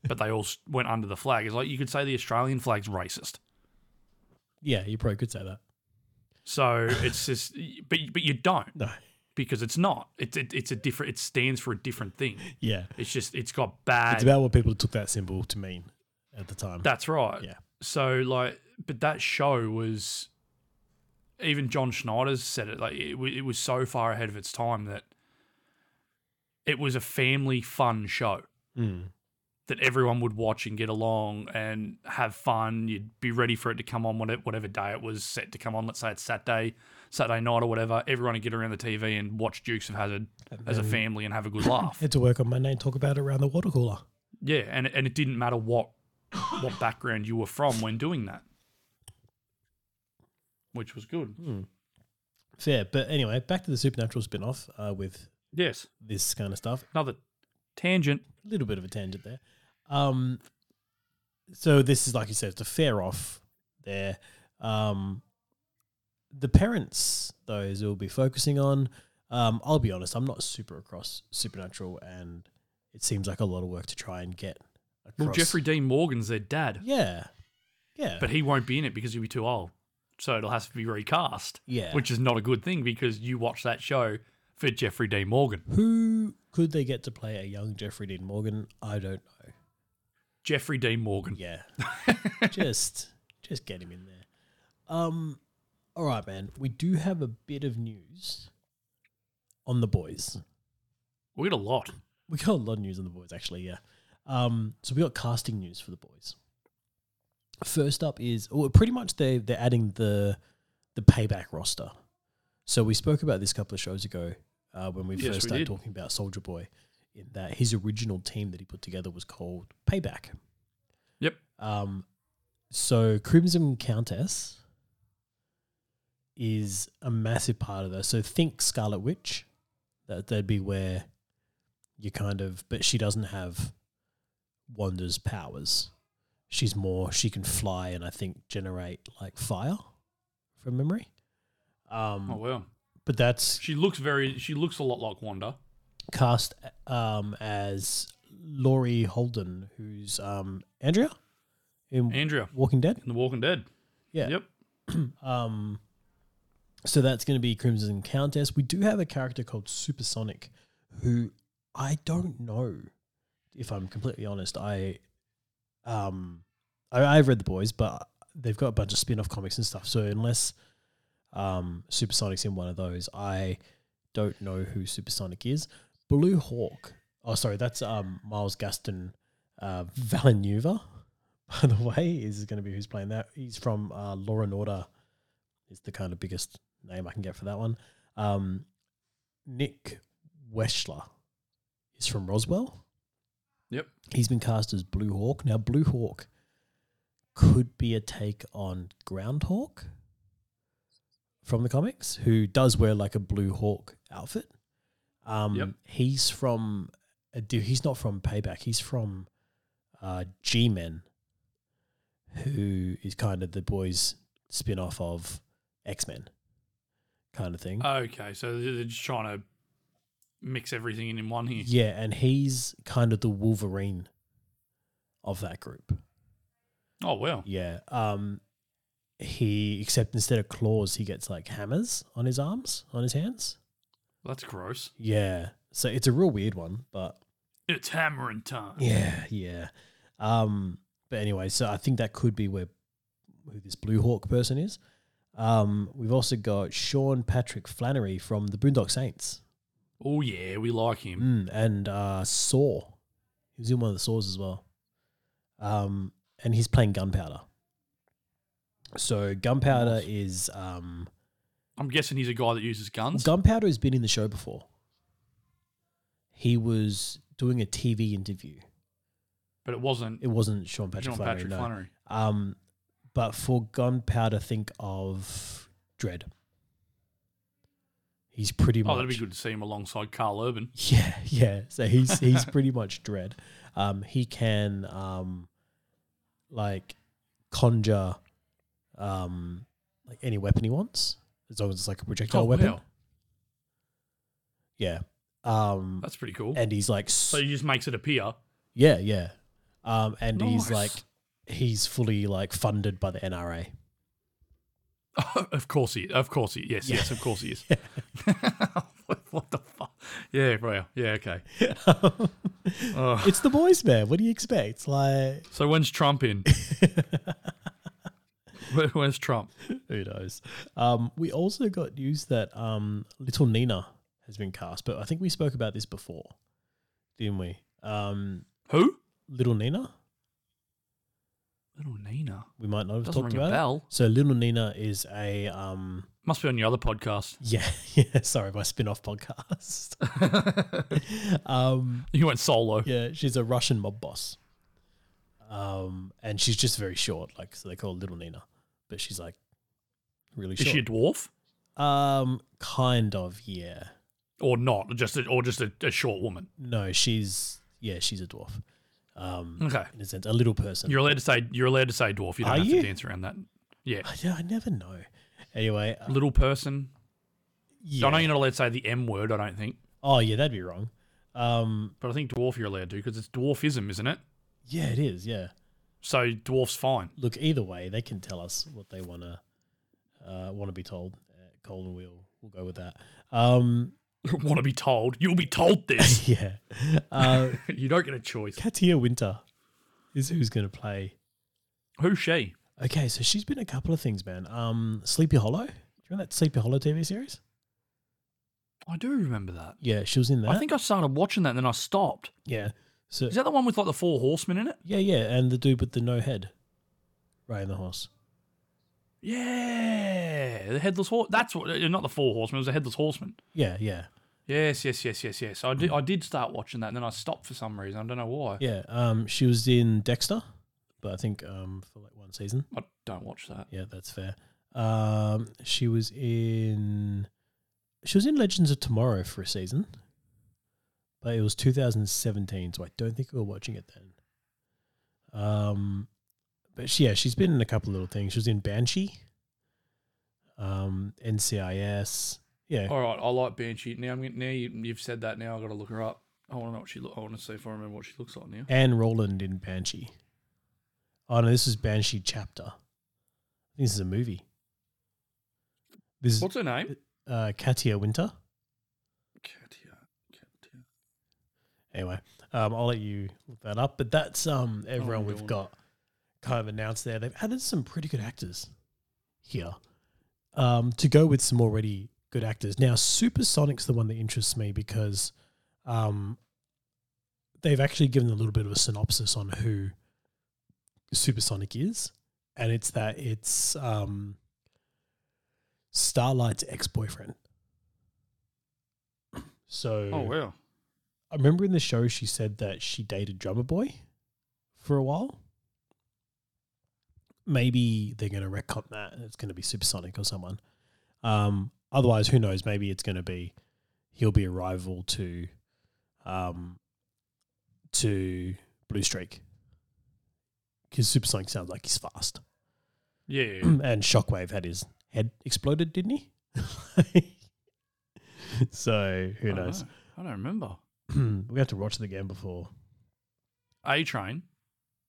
Speaker 2: But they all s- went under the flag. It's like you could say the Australian flag's racist.
Speaker 1: Yeah, you probably could say that.
Speaker 2: So it's just, but but you don't
Speaker 1: No.
Speaker 2: because it's not. It's it, it's a different. It stands for a different thing.
Speaker 1: Yeah,
Speaker 2: It's just it's got bad.
Speaker 1: it's about what people took that symbol to mean at the time.
Speaker 2: That's right.
Speaker 1: Yeah.
Speaker 2: So like, but that show was, even John Schneider's said it. Like it, wa- it was so far ahead of its time that it was a family fun show
Speaker 1: Mm.
Speaker 2: that everyone would watch and get along and have fun. You'd be ready for it to come on whatever, whatever day it was set to come on. Let's say it's Saturday, Saturday night or whatever. Everyone would get around the TV and watch Dukes of Hazard as a family and have a good laugh.
Speaker 1: Had to work on my name. Talk about it around the water cooler.
Speaker 2: Yeah, and and it didn't matter what what background you were from when doing that, which was good.
Speaker 1: Fair, but anyway, back to the supernatural spin-off uh, with
Speaker 2: Yes,
Speaker 1: this kind of stuff.
Speaker 2: another tangent.
Speaker 1: a little bit of a tangent there. Um, so this is like you said, it's a fair off there. Um, the parents, though, is who we'll be focusing on. Um, I'll be honest, I'm not super across Supernatural, and it seems like a lot of work to try and get. Across.
Speaker 2: Well, Jeffrey Dean Morgan's their dad,
Speaker 1: yeah, yeah,
Speaker 2: but he won't be in it because he'll be too old, so it'll have to be recast.
Speaker 1: yeah.
Speaker 2: which is not a good thing because you watch that show for Jeffrey Dean Morgan.
Speaker 1: who could they get to play a young Jeffrey Dean Morgan? I don't know.
Speaker 2: Jeffrey Dean Morgan.
Speaker 1: Yeah. just just get him in there. Um all right, man. We do have a bit of news on the boys.
Speaker 2: We got a lot.
Speaker 1: We got a lot of news on the boys actually, yeah. Um so we got casting news for the boys. First up is well, pretty much they they're adding the the payback roster. So we spoke about this a couple of shows ago uh, when we
Speaker 2: Yes,
Speaker 1: first
Speaker 2: we
Speaker 1: started
Speaker 2: did.
Speaker 1: talking about Soldier Boy in that his original team that he put together was called Payback.
Speaker 2: Yep.
Speaker 1: Um, so Crimson Countess is a massive part of that. So think Scarlet Witch. That that'd be where you kind of, but she doesn't have Wanda's powers. She's more she can fly and I think generate like fire from memory. Um,
Speaker 2: Oh well,
Speaker 1: but that's
Speaker 2: she looks very. She looks a lot like Wanda.
Speaker 1: cast um as Laurie Holden, who's um Andrea in
Speaker 2: Andrea
Speaker 1: Walking Dead.
Speaker 2: in The Walking Dead.
Speaker 1: Yeah.
Speaker 2: Yep.
Speaker 1: Um, so that's going to be Crimson Countess. We do have a character called Supersonic, who I don't know. If I'm completely honest, I, um, I, I've read the boys, but they've got a bunch of spin-off comics and stuff. So unless, um, Supersonic's in one of those, I don't know who Supersonic is. Blue Hawk. Oh, sorry, that's um Miles Gaston, uh, Valenueva. By the way, is going to be who's playing that. He's from uh, Law and Order is the kind of biggest name I can get for that one. Um, Nick Weschler is from Roswell.
Speaker 2: Yep.
Speaker 1: He's been cast as Blue Hawk. Now, Blue Hawk could be a take on Groundhog from the comics, who does wear like a blue hawk outfit. Um,
Speaker 2: Yep.
Speaker 1: he's from a dude. He's not from Payback. He's from uh, G Men, who is kind of the boys' spin off of X Men, kind of thing.
Speaker 2: Okay, so they're they're just trying to mix everything in in one here.
Speaker 1: Yeah, and he's kind of the Wolverine of that group.
Speaker 2: Oh well,
Speaker 1: Yeah. Um he except instead of claws, he gets like hammers on his arms, on his hands.
Speaker 2: that's gross.
Speaker 1: Yeah. So it's a real weird one, but
Speaker 2: It's hammering time.
Speaker 1: yeah, yeah. Um but anyway, so I think that could be where who this Blue Hawk person is. Um we've also got Sean Patrick Flannery from the Boondock Saints.
Speaker 2: Oh yeah, we like him.
Speaker 1: Mm, and uh Saw. He was in one of the Saws as well. Um, and he's playing Gunpowder. So Gunpowder
Speaker 2: Nice.
Speaker 1: is um,
Speaker 2: I'm guessing he's a guy that uses guns.
Speaker 1: Gunpowder has been in the show before. He was doing a TV interview.
Speaker 2: but it wasn't
Speaker 1: It wasn't Sean Patrick
Speaker 2: John
Speaker 1: Flannery.
Speaker 2: Patrick
Speaker 1: no.
Speaker 2: Flannery.
Speaker 1: Um, but for Gunpowder, think of Dread. He's pretty much
Speaker 2: Oh, that'd be good to see him alongside Carl Urban.
Speaker 1: Yeah, yeah. So he's he's pretty much dread. Um, he can um, like conjure um, like any weapon he wants as long as it's like a projectile
Speaker 2: Oh,
Speaker 1: weapon.
Speaker 2: wow.
Speaker 1: Yeah. Um,
Speaker 2: That's pretty cool.
Speaker 1: and he's like, s-
Speaker 2: So he just makes it appear.
Speaker 1: yeah, yeah. Um, and he's
Speaker 2: Nice.
Speaker 1: like, he's fully like funded by the NRA.
Speaker 2: of course he. Of course he. Yes,
Speaker 1: Yeah.
Speaker 2: yes, of course he is. what the fuck? Yeah, bro. Yeah, okay. Oh.
Speaker 1: it's the boys, man. What do you expect? Like,
Speaker 2: So when's Trump in? When- when's Trump?
Speaker 1: Who knows? Um, we also got news that um, Little Nina has been cast, but I think we spoke about this before, didn't we? Um,
Speaker 2: Who?
Speaker 1: Little Nina,
Speaker 2: Little Nina.
Speaker 1: we might not have
Speaker 2: Doesn't
Speaker 1: talked
Speaker 2: ring a
Speaker 1: about it.
Speaker 2: bell.
Speaker 1: So Little Nina is a um,
Speaker 2: Must be on your other podcast.
Speaker 1: yeah, yeah. Sorry, my spin-off podcast. um,
Speaker 2: you went solo.
Speaker 1: yeah, she's a Russian mob boss, um, and she's just very short. Like, so they call her Little Nina, but she's like really
Speaker 2: Is
Speaker 1: short.
Speaker 2: she a dwarf
Speaker 1: um, kind of, yeah.
Speaker 2: or not? Just a, or just a, a short woman?
Speaker 1: No, she's yeah, she's a dwarf. Um,
Speaker 2: Okay.
Speaker 1: in a sense, a little person.
Speaker 2: Mm. You're allowed to say you're allowed to say dwarf. You don't
Speaker 1: Are
Speaker 2: have
Speaker 1: you?
Speaker 2: to dance around that. Yeah.
Speaker 1: I, yeah, I never know. Anyway, uh,
Speaker 2: Little person.
Speaker 1: yeah.
Speaker 2: I know you're not allowed to say the M word. I don't think,
Speaker 1: oh yeah, that'd be wrong. Um,
Speaker 2: but I think dwarf you're allowed to because it's dwarfism, isn't it?
Speaker 1: yeah, it is. Yeah.
Speaker 2: So dwarf's fine.
Speaker 1: Look, either way, they can tell us what they wanna uh, wanna be told. Uh, Cold and we'll we'll go with that. Um,
Speaker 2: Want to be told? You'll be told this.
Speaker 1: yeah. Uh,
Speaker 2: you don't get a choice.
Speaker 1: Katia Winter is who's gonna play.
Speaker 2: Who's she?
Speaker 1: Okay, so she's been in a couple of things, man. Um, Sleepy Hollow. Do you remember that Sleepy Hollow TV series?
Speaker 2: I do remember that.
Speaker 1: Yeah, she was in that.
Speaker 2: I think I started watching that and then I stopped.
Speaker 1: Yeah. So
Speaker 2: Is that the one with like the four horsemen in it?
Speaker 1: Yeah, yeah, and the dude with the no head, riding the horse.
Speaker 2: Yeah, the headless horse. That's what. uh, Not the four horsemen. It was the headless horseman.
Speaker 1: Yeah, yeah,
Speaker 2: Yes, yes, yes, yes, yes. I did. I did start watching that, and then I stopped for some reason. I don't know why.
Speaker 1: yeah. Um, she was in Dexter, but I think um for like one season.
Speaker 2: I don't watch that.
Speaker 1: Yeah, that's fair. Um, she was in, she was in Legends of Tomorrow for a season, but it was 2017, so I don't think we were watching it then. Um, but she, yeah, she's been in a couple little things. She was in Banshee, um, NCIS. Yeah,
Speaker 2: All right, I like Banshee. Now I'm gonna- now you, you've said that. Now I got to look her up. I want to know what she look. I want to see if I remember what she looks like now.
Speaker 1: Anne Roland in Banshee. Oh no, this is Banshee chapter. This is a movie. This is
Speaker 2: What's her name?
Speaker 1: uh, Katia Winter.
Speaker 2: Katia. Katia.
Speaker 1: Anyway, um, I'll let you look that up. But that's um everyone
Speaker 2: my
Speaker 1: we've
Speaker 2: God.
Speaker 1: got kind of announced there. They've added some pretty good actors here um, to go with some already good actors. Now, Supersonic's the one that interests me because um, they've actually given a little bit of a synopsis on who Supersonic is, and it's that it's um, Starlight's ex boyfriend. So,
Speaker 2: Oh wow.
Speaker 1: I remember in the show she said that she dated Drummer Boy for a while. maybe they're going to retcon that. and It's going to be Supersonic or someone. Um, otherwise, who knows? Maybe it's going to be he'll be a rival to, um, to Blue Streak because Supersonic sounds like he's fast.
Speaker 2: Yeah, yeah, yeah.
Speaker 1: and Shockwave had his head exploded, didn't he? so who
Speaker 2: I don't
Speaker 1: knows?
Speaker 2: know. I don't remember.
Speaker 1: we have to watch it again before
Speaker 2: A train.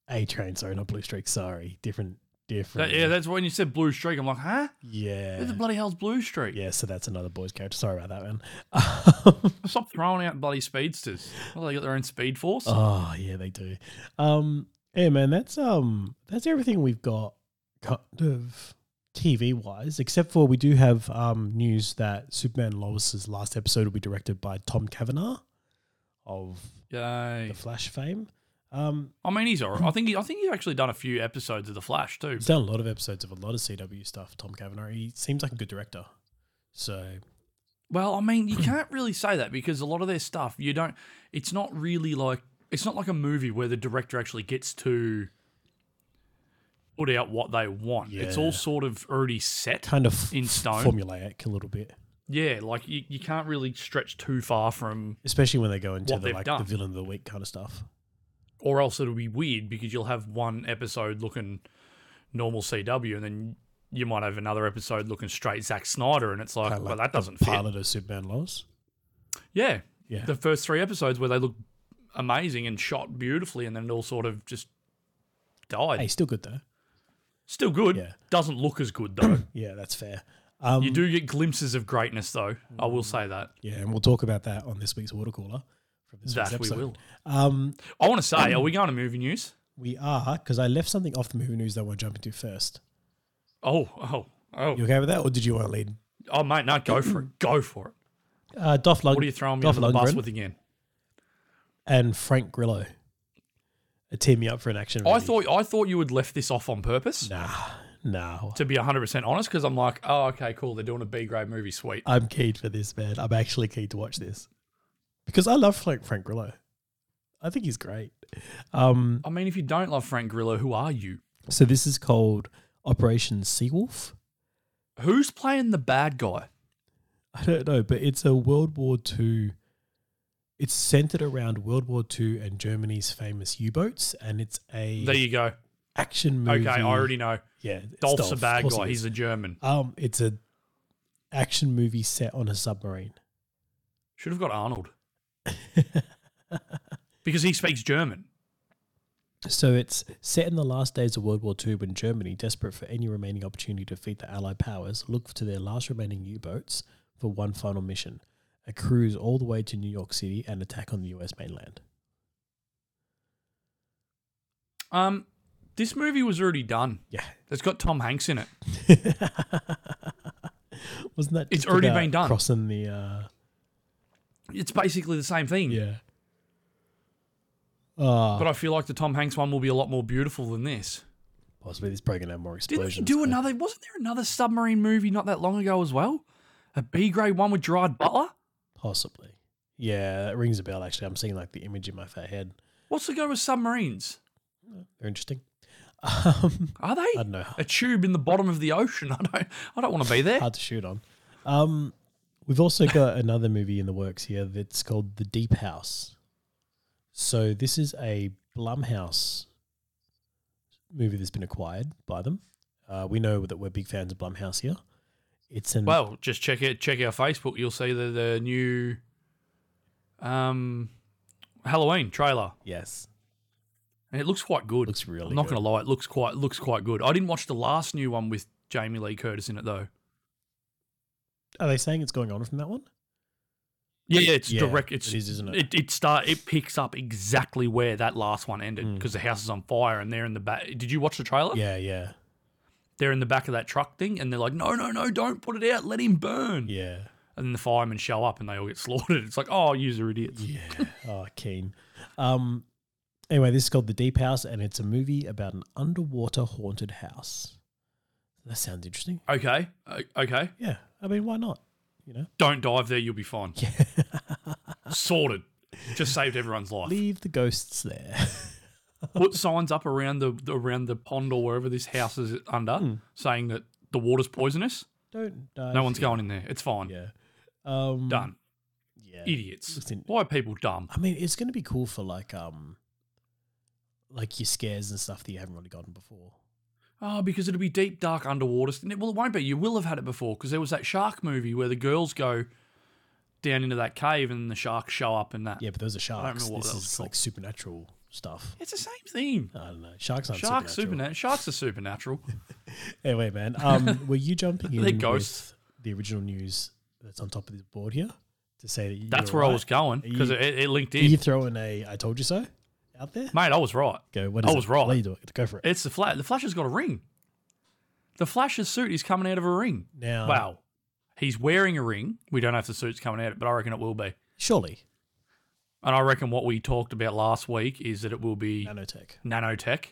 Speaker 1: A Train. Sorry, not Blue Streak. Sorry, different, different.
Speaker 2: That- yeah, that's when you said blue streak. I'm like, huh? Who the
Speaker 1: yeah,
Speaker 2: bloody hell's blue streak?
Speaker 1: yeah. So that's another boy's character. Sorry about that man.
Speaker 2: Stop throwing out bloody speedsters. Well, they got their own speed force.
Speaker 1: oh yeah, they do. Um, yeah, man. That's um, that's everything we've got kind of TV wise, except for we do have um news that Superman Lois's last episode will be directed by Tom Kavanagh of
Speaker 2: Yay.
Speaker 1: the Flash fame. Um,
Speaker 2: I mean, he's alright. I think he, I think he's actually done a few episodes of The Flash too.
Speaker 1: he's done a lot of episodes of a lot of CW stuff. Tom Cavanagh. He seems like a good director. So
Speaker 2: Well, I mean, you can't really say that because a lot of their stuff, you don't. It's not really like it's not like a movie where the director actually gets to put out what they want. It's
Speaker 1: Yeah.
Speaker 2: all sort of already set.
Speaker 1: kind of
Speaker 2: In stone.
Speaker 1: formulaic a little bit,
Speaker 2: Yeah, like you, you can't really stretch too far from,
Speaker 1: especially when they go into
Speaker 2: What
Speaker 1: the
Speaker 2: they've
Speaker 1: like the
Speaker 2: done.
Speaker 1: villain of the week kind of stuff.
Speaker 2: or else it'll be weird because you'll have one episode looking normal CW, and then you might have another episode looking straight Zack Snyder, and it's like,
Speaker 1: Kinda
Speaker 2: well,
Speaker 1: like
Speaker 2: that doesn't
Speaker 1: the
Speaker 2: fit.
Speaker 1: Pilot of Superman Laws.
Speaker 2: Yeah.
Speaker 1: Yeah.
Speaker 2: The first three episodes where they look amazing and shot beautifully and then it all sort of just died.
Speaker 1: Hey, still good though.
Speaker 2: Still good.
Speaker 1: yeah.
Speaker 2: Doesn't look as good though.
Speaker 1: Yeah, that's fair. Um,
Speaker 2: you do get glimpses of greatness though. I will say that.
Speaker 1: yeah, and we'll talk about that on this week's water cooler. From this
Speaker 2: That we
Speaker 1: week's episode.
Speaker 2: will.
Speaker 1: Um,
Speaker 2: I want to say, are we going to movie news?
Speaker 1: we are because I left something off the movie news that I want to jump into first.
Speaker 2: Oh, oh, oh.
Speaker 1: You okay with that, or did you want to lead?
Speaker 2: Oh, mate, no, go for it. Go for it.
Speaker 1: Uh, Dolph Lund-
Speaker 2: What are you throwing me
Speaker 1: Dolph
Speaker 2: under the bus
Speaker 1: Lundgren.
Speaker 2: with again?
Speaker 1: and Frank Grillo. A team me up for an action.
Speaker 2: I
Speaker 1: movie.
Speaker 2: thought I thought you had left this off on purpose,
Speaker 1: nah, nah.
Speaker 2: to be 100% honest, because I'm like, oh, okay, cool. They're doing a B grade movie. Sweet.
Speaker 1: I'm keen for this, man. I'm actually keen to watch this because I love Frank Frank Grillo. I think he's great. Um,
Speaker 2: I mean, if you don't love Frank Grillo, who are you?
Speaker 1: so this is called Operation Seawolf.
Speaker 2: Who's playing the bad guy?
Speaker 1: I don't know, but it's a World War II. It's centered around World War II and Germany's famous U-boats, and it's a
Speaker 2: There you go.
Speaker 1: action movie.
Speaker 2: Okay, I already know.
Speaker 1: yeah. it's
Speaker 2: Dolph's
Speaker 1: Dolph,
Speaker 2: a
Speaker 1: of
Speaker 2: bad
Speaker 1: course
Speaker 2: guy.
Speaker 1: it is.
Speaker 2: He's a German.
Speaker 1: um, it's a action movie set on a submarine.
Speaker 2: Should have got Arnold. because he speaks German.
Speaker 1: So it's set in the last days of World War II when Germany, desperate for any remaining opportunity to defeat the Allied powers, looked to their last remaining U boats for one final mission a cruise all the way to New York City and attack on the US mainland.
Speaker 2: Um, this movie was already done.
Speaker 1: Yeah.
Speaker 2: It's got Tom Hanks in it.
Speaker 1: Wasn't that
Speaker 2: It's
Speaker 1: just
Speaker 2: already
Speaker 1: about
Speaker 2: been done.
Speaker 1: Crossing the. Uh,
Speaker 2: It's basically the same thing.
Speaker 1: yeah. Uh,
Speaker 2: But I feel like the Tom Hanks one will be a lot more beautiful than this.
Speaker 1: possibly this probably going to have more
Speaker 2: Didn't
Speaker 1: explosions.
Speaker 2: he do
Speaker 1: but-
Speaker 2: another? Wasn't there another submarine movie not that long ago as well? A B grade one with Gerard Butler.
Speaker 1: Possibly. Yeah, that rings a bell, actually. I'm seeing like the image in my fat head.
Speaker 2: What's the go with submarines?
Speaker 1: They're interesting. Um,
Speaker 2: Are they
Speaker 1: I don't know.
Speaker 2: a tube in the bottom of the ocean? I don't. I don't want to be there.
Speaker 1: hard to shoot on. Um, we've also got another movie in the works here that's called The Deep House. So this is a Blumhouse movie that's been acquired by them. Uh, we know that we're big fans of Blumhouse here. It's an
Speaker 2: Well, just check it. Check our Facebook. You'll see the the new um Halloween trailer,
Speaker 1: yes,
Speaker 2: and it looks quite good.
Speaker 1: looks really.
Speaker 2: I'm not
Speaker 1: good.
Speaker 2: gonna lie, it looks quite looks quite good. I didn't watch the last new one with Jamie Lee Curtis in it though.
Speaker 1: Are they saying it's going on from that one?
Speaker 2: Yeah, yeah, it's
Speaker 1: Yeah,
Speaker 2: direct. It's
Speaker 1: it is, isn't it?
Speaker 2: It it start it picks up exactly where that last one ended
Speaker 1: Mm.
Speaker 2: because the house is on fire and they're in the back. Did you watch the trailer?
Speaker 1: Yeah, yeah,
Speaker 2: They're in the back of that truck thing and they're like, no, no, no, don't put it out, let him burn.
Speaker 1: yeah,
Speaker 2: And then the firemen show up and they all get slaughtered. It's like, oh, user idiots.
Speaker 1: yeah. oh, keen. Um, anyway, this is called The Deep House, and it's a movie about an underwater haunted house. That sounds interesting.
Speaker 2: Okay, o- okay.
Speaker 1: Yeah, I mean, why not? You know,
Speaker 2: Don't dive there, you'll be fine. Sorted. Just saved everyone's life.
Speaker 1: leave the ghosts there.
Speaker 2: put signs up around the around the pond or wherever this house is under,
Speaker 1: Hmm.
Speaker 2: saying that the water's poisonous.
Speaker 1: Don't dive.
Speaker 2: No one's
Speaker 1: here.
Speaker 2: going in there. It's fine.
Speaker 1: Yeah. Um,
Speaker 2: Done.
Speaker 1: Yeah.
Speaker 2: Idiots.
Speaker 1: Listen-
Speaker 2: Why are people dumb?
Speaker 1: I mean, it's going to be cool for like um, like your scares and stuff that you haven't really gotten before.
Speaker 2: Oh, because it'll be deep, dark underwater. st- Well, it won't be. You will have had it before because there was that shark movie where the girls go down into that cave and the sharks show up and that.
Speaker 1: Yeah, but those are sharks.
Speaker 2: remember what
Speaker 1: This
Speaker 2: that was
Speaker 1: is like supernatural stuff.
Speaker 2: It's the same thing.
Speaker 1: I don't know. Sharks aren't
Speaker 2: Sharks
Speaker 1: supernatural.
Speaker 2: supernatural. Sharks are supernatural.
Speaker 1: Anyway, man, um, were you jumping in
Speaker 2: They're ghosts.
Speaker 1: with the original news that's on top of this board here to say that you
Speaker 2: That's
Speaker 1: were
Speaker 2: where I
Speaker 1: right?
Speaker 2: was going because
Speaker 1: You-
Speaker 2: it, it linked
Speaker 1: Are
Speaker 2: in.
Speaker 1: you throwing a "I told you so" out there?
Speaker 2: Mate, I was right.
Speaker 1: Go. What
Speaker 2: I
Speaker 1: is
Speaker 2: was
Speaker 1: it?
Speaker 2: right.
Speaker 1: Let you do it. Go for it.
Speaker 2: It's the Flash. The Flash has got a ring. The Flash's suit is coming out of a ring.
Speaker 1: Now,
Speaker 2: wow. He's wearing a ring. We don't know if the suit's coming out, but I reckon it will be.
Speaker 1: surely
Speaker 2: And I reckon what we talked about last week is that it will be
Speaker 1: nanotech.
Speaker 2: nanotech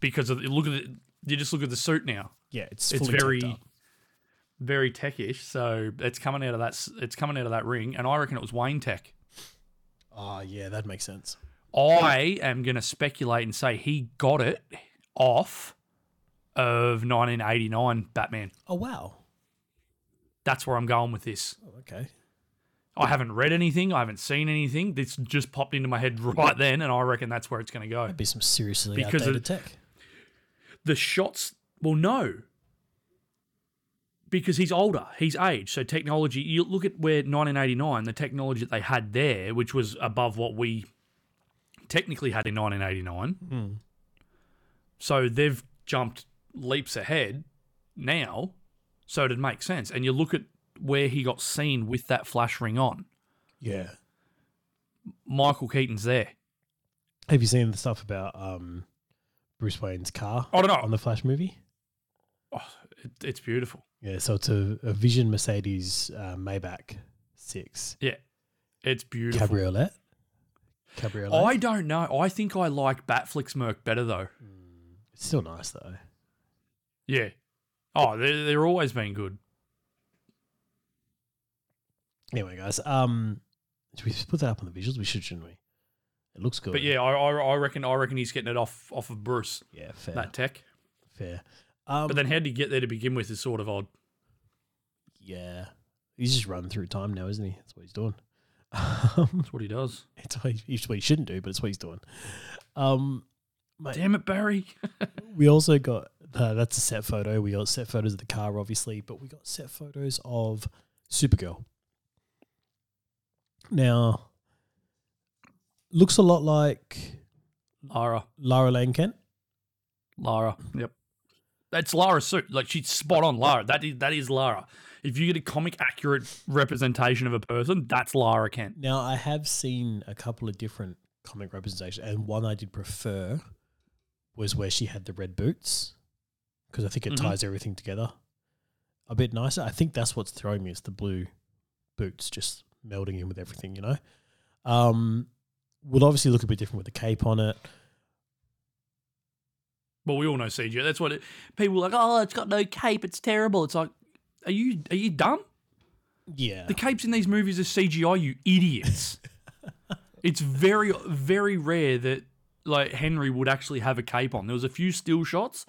Speaker 2: because of the, look at it. You just look at the suit now.
Speaker 1: Yeah, it's
Speaker 2: It's
Speaker 1: fully tapped
Speaker 2: very,
Speaker 1: up.
Speaker 2: very techish. So it's coming out of that. s- It's coming out of that ring, and I reckon it was Wayne Tech.
Speaker 1: Oh, yeah, that makes sense.
Speaker 2: I am going to speculate and say he got it off of 1989 Batman.
Speaker 1: Oh wow.
Speaker 2: That's where I'm going with this.
Speaker 1: Oh, okay.
Speaker 2: I haven't read anything. I haven't seen anything. This just popped into my head right then, and I reckon that's where it's going to go.
Speaker 1: That'd be some seriously
Speaker 2: Because
Speaker 1: outdated
Speaker 2: it-
Speaker 1: tech.
Speaker 2: The shots, well, no, because he's older. He's aged. So technology. You look at where 1989, the technology that they had there, which was above what we technically had in 1989.
Speaker 1: Hmm.
Speaker 2: So they've jumped leaps ahead now. So it'd make sense. And you look at where he got seen with that flash ring on.
Speaker 1: Yeah.
Speaker 2: Michael Keaton's there.
Speaker 1: Have you seen the stuff about um, Bruce Wayne's car
Speaker 2: I don't know.
Speaker 1: on the Flash movie?
Speaker 2: It, it's beautiful.
Speaker 1: Yeah, so it's a, a Vision Mercedes uh, Maybach six
Speaker 2: Yeah, it's beautiful.
Speaker 1: cabriolet. Cabriolet.
Speaker 2: I don't know. I think I like Batflix Merc better though.
Speaker 1: it's still nice though.
Speaker 2: Yeah. Oh, they're, they're always been good.
Speaker 1: Anyway, guys, um, should we put that up on the visuals? We should, shouldn't we? It looks good.
Speaker 2: But yeah, I, I I reckon I reckon he's getting it off off of Bruce
Speaker 1: yeah, fair,
Speaker 2: that tech.
Speaker 1: fair. Um,
Speaker 2: But then how did he get there to begin with is sort of odd.
Speaker 1: yeah, he's just running through time now, isn't he? That's what he's doing. Um,
Speaker 2: That's what he does.
Speaker 1: it's what he, it's what he shouldn't do, but it's what he's doing. Um, mate,
Speaker 2: Damn it, Barry.
Speaker 1: We also got uh, that's a set photo. We got set photos of the car, obviously, but we got set photos of Supergirl. Now, looks a lot like
Speaker 2: Lara.
Speaker 1: Lara Lane Kent.
Speaker 2: Lara. Yep. That's Lara's suit. Like she's spot on Lara. That is that is Lara. If you get a comic accurate representation of a person, that's Lara Kent.
Speaker 1: Now, I have seen a couple of different comic representations, and one I did prefer was where she had the red boots because I think it
Speaker 2: Mhm.
Speaker 1: ties everything together a bit nicer. I think that's what's throwing me is the blue boots just melding in with everything, you know. Um, would obviously look a bit different with the cape on it.
Speaker 2: But we all know CGI. That's what it, people are like. Oh, it's got no cape. It's terrible. It's like, are you are you dumb?
Speaker 1: Yeah,
Speaker 2: The capes in these movies are CGI. You idiots. it's very very rare that like Henry would actually have a cape on. There was a few still shots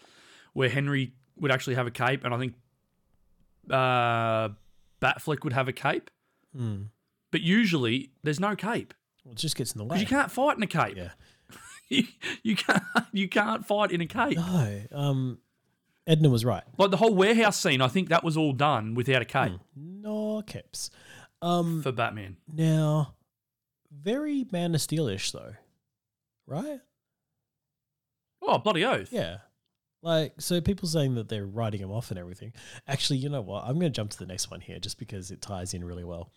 Speaker 2: where Henry would actually have a cape, and I think uh, Batfleck would have a cape.
Speaker 1: Mm.
Speaker 2: But usually, there's no cape
Speaker 1: well, it just gets in the way.
Speaker 2: because you can't fight in a cape.
Speaker 1: Yeah.
Speaker 2: you, you can't you can't fight in a cape.
Speaker 1: No, um, Edna was right.
Speaker 2: Like the whole warehouse scene, I think that was all done without a cape
Speaker 1: Hmm. No caps. Um,
Speaker 2: for Batman.
Speaker 1: Now, very Man of Steelish though, right?
Speaker 2: Oh, bloody oath.
Speaker 1: Yeah. Like, so people saying that they're writing him off and everything. Actually, you know what? I'm going to jump to the next one here just because it ties in really well.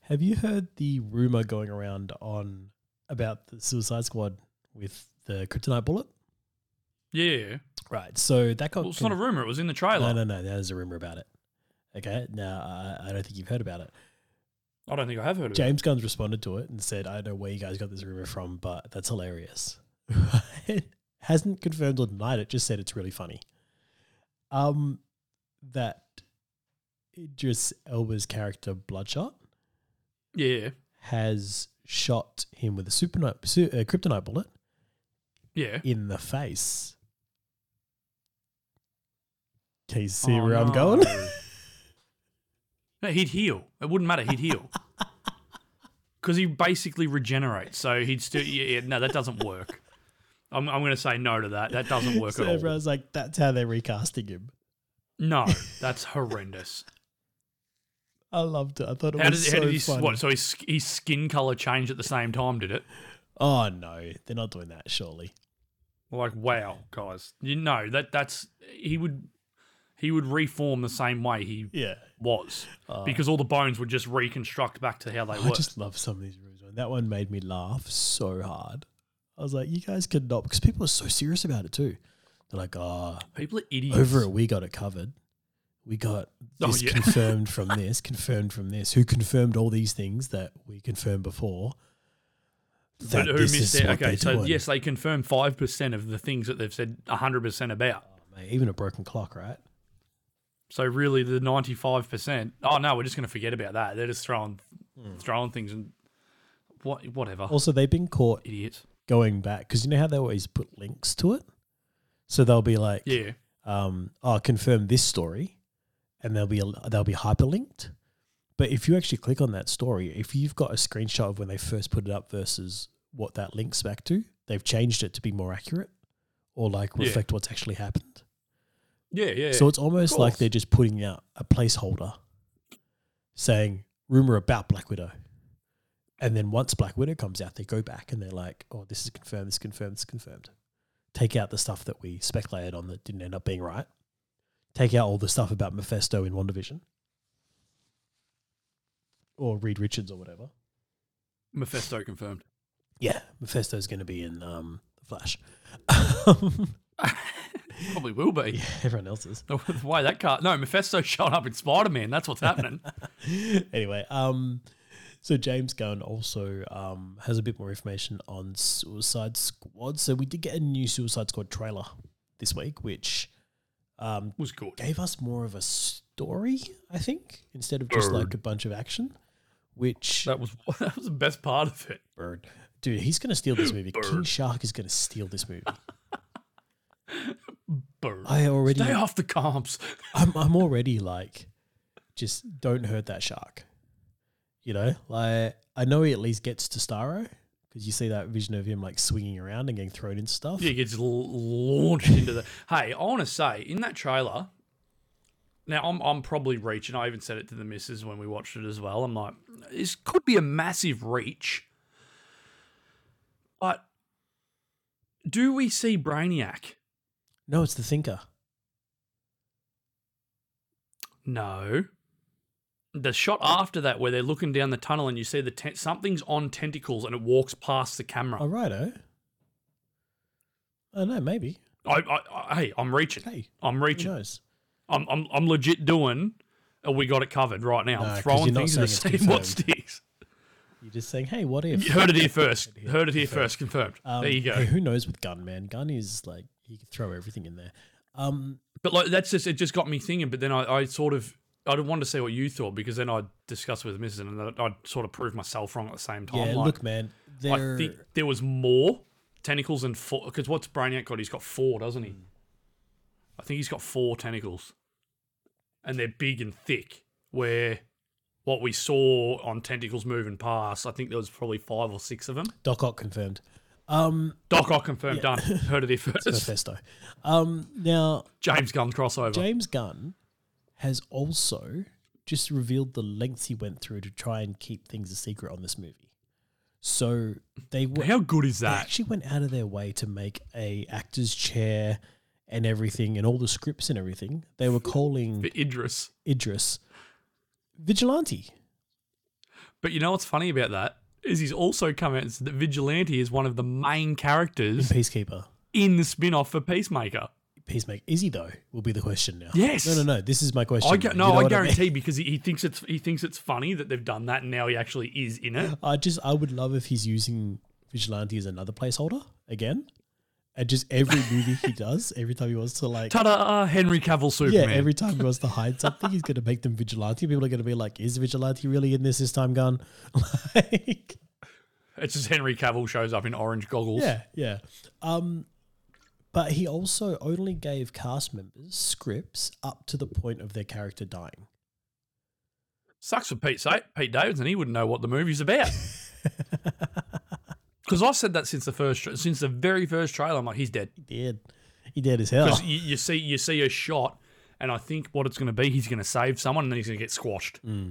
Speaker 1: Have you heard the rumor going around on about the Suicide Squad with the Kryptonite bullet?
Speaker 2: Yeah.
Speaker 1: Right. So that got
Speaker 2: Well, it's not a rumor. It was in the
Speaker 1: no,
Speaker 2: trailer.
Speaker 1: no, no. There's a rumor about it. Okay. Now, uh, I, I don't think you've heard about it.
Speaker 2: I don't think I have heard of it.
Speaker 1: James Gunn's responded to it and said, I don't know where you guys got this rumor from, but that's hilarious. Hasn't confirmed or denied it, just said it's really funny. Um, that Idris Elba's character Bloodshot
Speaker 2: Yeah.
Speaker 1: has shot him with a superni- su- uh, kryptonite bullet
Speaker 2: Yeah.
Speaker 1: in the face. Can you see
Speaker 2: Oh,
Speaker 1: where I'm
Speaker 2: no.
Speaker 1: going?
Speaker 2: No, he'd heal. It wouldn't matter. He'd heal. Because he basically regenerates. So he'd still. Yeah, yeah, no, that doesn't work. I'm, I'm going to say no to that. That doesn't work
Speaker 1: so
Speaker 2: at all.
Speaker 1: everyone's like, that's how they're recasting him.
Speaker 2: No, that's horrendous.
Speaker 1: I loved it. I thought it
Speaker 2: How did,
Speaker 1: was
Speaker 2: how
Speaker 1: so
Speaker 2: did his,
Speaker 1: funny.
Speaker 2: what? So his, his skin color changed at the same time, did it?
Speaker 1: oh no, they're not doing that. Surely.
Speaker 2: Like, wow, guys. You know, that that's. He would. He would reform the same way he
Speaker 1: Yeah.
Speaker 2: was
Speaker 1: Uh,
Speaker 2: because all the bones would just reconstruct back to how they
Speaker 1: I
Speaker 2: were.
Speaker 1: just love some of these rooms. man. That one made me laugh so hard. I was like, you guys could not, because people are so serious about it too. They're like, ah,
Speaker 2: People are idiots.
Speaker 1: over it, we got it covered. We got
Speaker 2: Oh,
Speaker 1: this
Speaker 2: yeah.
Speaker 1: confirmed from this, confirmed from this. Who confirmed all these things that we confirmed before?
Speaker 2: But
Speaker 1: That
Speaker 2: who
Speaker 1: this
Speaker 2: missed
Speaker 1: is
Speaker 2: out?
Speaker 1: what
Speaker 2: Okay,
Speaker 1: they're
Speaker 2: so
Speaker 1: doing.
Speaker 2: yes, they confirm five percent of the things that they've said hundred percent about.
Speaker 1: Mate, even a broken clock, right?
Speaker 2: So really, the ninety-five percent. Oh no, we're just going to forget about that. They're just throwing, throwing things and what, whatever.
Speaker 1: Hmm. Also, they've been caught
Speaker 2: Idiots.
Speaker 1: going back because you know how they always put links to it? So they'll be like,
Speaker 2: Yeah.
Speaker 1: um, oh, confirm this story, and they'll be they'll be hyperlinked. But if you actually click on that story, if you've got a screenshot of when they first put it up versus what that links back to, they've changed it to be more accurate or like
Speaker 2: Yeah.
Speaker 1: reflect what's actually happened.
Speaker 2: Yeah. Yeah.
Speaker 1: So it's almost like
Speaker 2: course.
Speaker 1: they're just putting out a placeholder saying rumor about Black Widow. And then once Black Widow comes out, they go back and they're like, oh, this is confirmed, this is confirmed, this is confirmed. Take out the stuff that we speculated on that didn't end up being right. Take out all the stuff about Mephisto in WandaVision. Or Reed Richards or whatever.
Speaker 2: Mephisto confirmed.
Speaker 1: Yeah, Mephisto's going to be in um, The Flash.
Speaker 2: Probably will be.
Speaker 1: yeah, everyone else's.
Speaker 2: The way that car. No, Mephisto showed up in Spider-Man. That's what's happening.
Speaker 1: anyway, um, so James Gunn also um, has a bit more information on Suicide Squad. So we did get a new Suicide Squad trailer this week, which um,
Speaker 2: was good.
Speaker 1: gave us more of a story, I think, instead of just like a bunch of action. Which
Speaker 2: That was that was the best part of it.
Speaker 1: bird, dude, he's gonna steal this movie. King Shark is gonna steal this movie.
Speaker 2: Bird.
Speaker 1: I already,
Speaker 2: Stay off the comps.
Speaker 1: I'm, I'm already like, just don't hurt that shark. You know, like I know he at least gets to Starro because you see that vision of him like swinging around and getting thrown into stuff.
Speaker 2: Yeah, he gets l- launched into the. Hey, I want to say in that trailer. Now I'm I'm probably reaching. I even said it to the missus when we watched it as well. I'm like, this could be a massive reach. But do we see Brainiac?
Speaker 1: No, it's the Thinker.
Speaker 2: No. The shot
Speaker 1: Oh.
Speaker 2: after that, where they're looking down the tunnel and you see the tent, something's on tentacles and it walks past the camera.
Speaker 1: All right, oh. I know, maybe.
Speaker 2: I, I, I, hey, I'm reaching.
Speaker 1: Hey,
Speaker 2: I'm
Speaker 1: who
Speaker 2: reaching.
Speaker 1: knows?
Speaker 2: I'm, I'm, I'm legit doing. uh, We got it covered right now.
Speaker 1: No,
Speaker 2: I'm
Speaker 1: 'cause
Speaker 2: throwing
Speaker 1: you're not
Speaker 2: things at the
Speaker 1: saying it's
Speaker 2: same what
Speaker 1: confirmed.
Speaker 2: sticks.
Speaker 1: You're just saying, hey, what if?
Speaker 2: You heard it here first. Heard it here first. Confirmed.
Speaker 1: Um,
Speaker 2: there you go.
Speaker 1: Hey, who knows with Gun, man? Gun is like he could throw everything in there. Um,
Speaker 2: But like that's just it. Just got me thinking. But then I, I sort of I wanted to see what you thought because then I'd discuss with Mrs. and I'd, I'd sort of prove myself wrong at the same time.
Speaker 1: yeah,
Speaker 2: like,
Speaker 1: look, man,
Speaker 2: Oh, I
Speaker 1: they're
Speaker 2: think there was more tentacles than four. Because what's Brainiac got? He's got four, doesn't he? I think he's got four tentacles, and they're big and thick. Where what we saw on tentacles moving past, I think there was probably five or six of them.
Speaker 1: Doc Ock confirmed. Um,
Speaker 2: Doc Ock confirmed. Done. Heard it here first.
Speaker 1: Mephisto. Um, now,
Speaker 2: James Gunn crossover.
Speaker 1: James Gunn has also just revealed the lengths he went through to try and keep things a secret on this movie. So they were
Speaker 2: How good is
Speaker 1: they
Speaker 2: that?
Speaker 1: actually went out of their way to make a actor's chair and everything and all the scripts and everything. They were calling
Speaker 2: For Idris.
Speaker 1: Idris vigilante.
Speaker 2: But you know what's funny about that is he's also come out and said that Vigilante is one of the main characters
Speaker 1: Peacekeeper.
Speaker 2: in the spin-off for Peacemaker.
Speaker 1: Peacemaker. Is he though? Will be the question now.
Speaker 2: Yes.
Speaker 1: No, no, no. This is my question.
Speaker 2: I gu-
Speaker 1: You
Speaker 2: no,
Speaker 1: know
Speaker 2: I
Speaker 1: what mean?
Speaker 2: guarantee because he, he thinks it's he thinks it's funny that they've done that, and now he actually is in it.
Speaker 1: I just I would love if he's using vigilante as another placeholder again, and just every movie he does, every time he wants to like,
Speaker 2: Ta-da! Henry Cavill
Speaker 1: yeah,
Speaker 2: Superman.
Speaker 1: every time he wants to hide something, he's gonna make them vigilante. People are gonna be like, "Is vigilante really in this this time, Gun?" Like,
Speaker 2: It's just Henry Cavill shows up in orange goggles.
Speaker 1: Yeah, yeah. Um, but he also only gave cast members scripts up to the point of their character dying.
Speaker 2: Sucks for Pete, Sa- Pete Davidson. He wouldn't know what the movie's about. Because I've said that since the first, tra- since the very first trailer, I'm like, he's dead.
Speaker 1: He did. He did as hell.
Speaker 2: Because you, you see, you see a shot, and I think what it's going to be, he's going to save someone, and then he's going to get squashed.
Speaker 1: Hmm.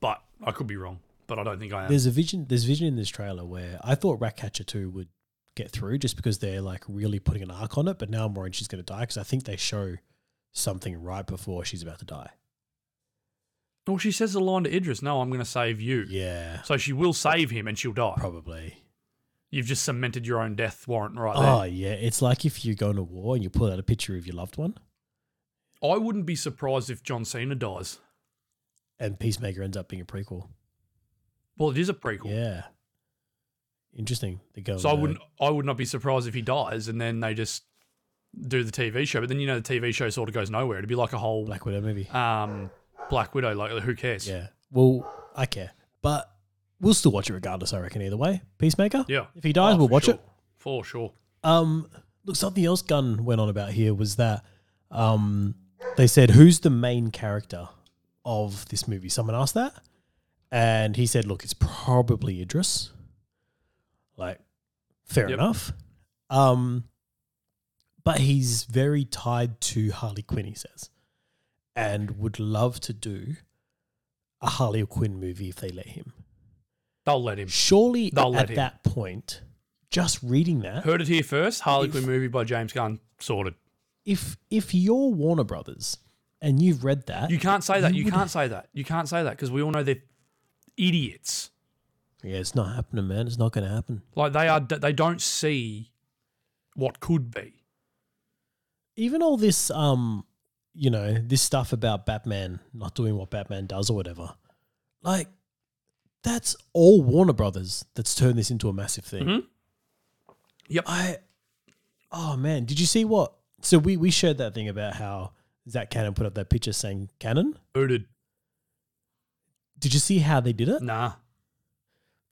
Speaker 2: But I could be wrong. But I don't think I am.
Speaker 1: There's a vision. There's vision in this trailer where I thought Ratcatcher two would get through just because they're like really putting an arc on it. But now I'm worried she's going to die because I think they show something right before she's about to die.
Speaker 2: well, Oh, she says the line to Idris, "No, I'm going to save you."
Speaker 1: Yeah,
Speaker 2: So she will save him, and she'll die.
Speaker 1: probably.
Speaker 2: You've just cemented your own death warrant right there.
Speaker 1: Oh yeah, it's like if you go into war and you pull out a picture of your loved one, Oh.
Speaker 2: I wouldn't be surprised if John Cena dies.
Speaker 1: and Peacemaker ends up being a prequel.
Speaker 2: Well, it is a prequel,
Speaker 1: Yeah, interesting. The girl.
Speaker 2: so I wouldn't. I would not be surprised if he dies, and then they just do the TV show. But then you know the TV show sort of goes nowhere. It'd be like a whole
Speaker 1: Black Widow movie.
Speaker 2: um, Black Widow. Like who cares?
Speaker 1: Yeah. Well, I care, but we'll still watch it regardless. I reckon either way. Peacemaker.
Speaker 2: Yeah.
Speaker 1: If he dies,
Speaker 2: Oh,
Speaker 1: we'll
Speaker 2: for
Speaker 1: watch
Speaker 2: sure.
Speaker 1: it.
Speaker 2: for sure.
Speaker 1: Um, look, something else Gunn went on about here was that um, they said, Who's the main character of this movie? Someone asked that. And he said, Look, it's probably Idris. Like, fair
Speaker 2: Yep.
Speaker 1: enough. Um, but he's very tied to Harley Quinn, he says, and would love to do a Harley Quinn movie if they let him.
Speaker 2: They'll let him.
Speaker 1: Surely
Speaker 2: They'll let
Speaker 1: at
Speaker 2: him.
Speaker 1: that point, just reading that,
Speaker 2: Heard it here first. Harley
Speaker 1: If-
Speaker 2: Quinn movie by James Gunn sorted.
Speaker 1: if if you're Warner Brothers and you've read that,
Speaker 2: You can't say that.
Speaker 1: You
Speaker 2: You
Speaker 1: would-
Speaker 2: can't say that. You can't say that because we all know they're idiots.
Speaker 1: yeah, it's not happening, man. It's not going to happen.
Speaker 2: Like they are. They don't see what could be.
Speaker 1: Even all this, um, you know, this stuff about Batman not doing what Batman does or whatever, like that's all Warner Brothers that's turned this into a massive thing.
Speaker 2: Mhm. Yep.
Speaker 1: I, oh man, did you see what? So we we shared that thing about how Zach Cannon put up that picture saying Cannon.
Speaker 2: Booted.
Speaker 1: Did you see how they did it?
Speaker 2: Nah.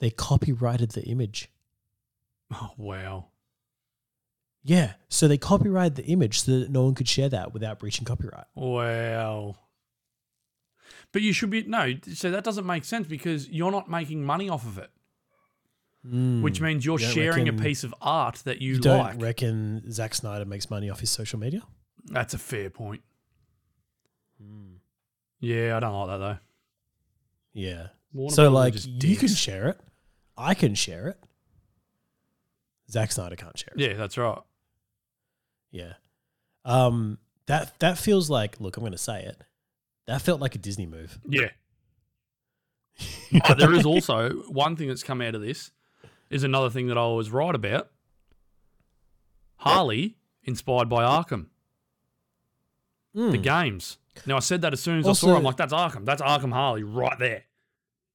Speaker 1: They copyrighted the image.
Speaker 2: Oh wow.
Speaker 1: Yeah. So they copyrighted the image so that no one could share that without breaching copyright.
Speaker 2: Wow. But you should be no, so that doesn't make sense because you're not making money off of it,
Speaker 1: Mm.
Speaker 2: which means you're
Speaker 1: You don't
Speaker 2: sharing
Speaker 1: reckon-
Speaker 2: a piece of art that you,
Speaker 1: you don't
Speaker 2: like.
Speaker 1: reckon Zack Snyder makes money off his social media?
Speaker 2: That's a fair point. Yeah, I don't like that though.
Speaker 1: Yeah.
Speaker 2: Warner
Speaker 1: so
Speaker 2: Brothers are
Speaker 1: like
Speaker 2: just
Speaker 1: you can
Speaker 2: dicks.
Speaker 1: share it. I can share it. Zack Snyder can't share it.
Speaker 2: Yeah, that's right.
Speaker 1: Yeah. Um that that feels like look, I'm gonna say it. That felt like a Disney move.
Speaker 2: Yeah. Oh, there is also one thing that's come out of this is another thing that I was right about. Harley inspired by Arkham.
Speaker 1: Mm.
Speaker 2: the games. Now I said that as soon as I
Speaker 1: Also-
Speaker 2: saw it, I'm like, that's Arkham. That's Arkham Harley right there.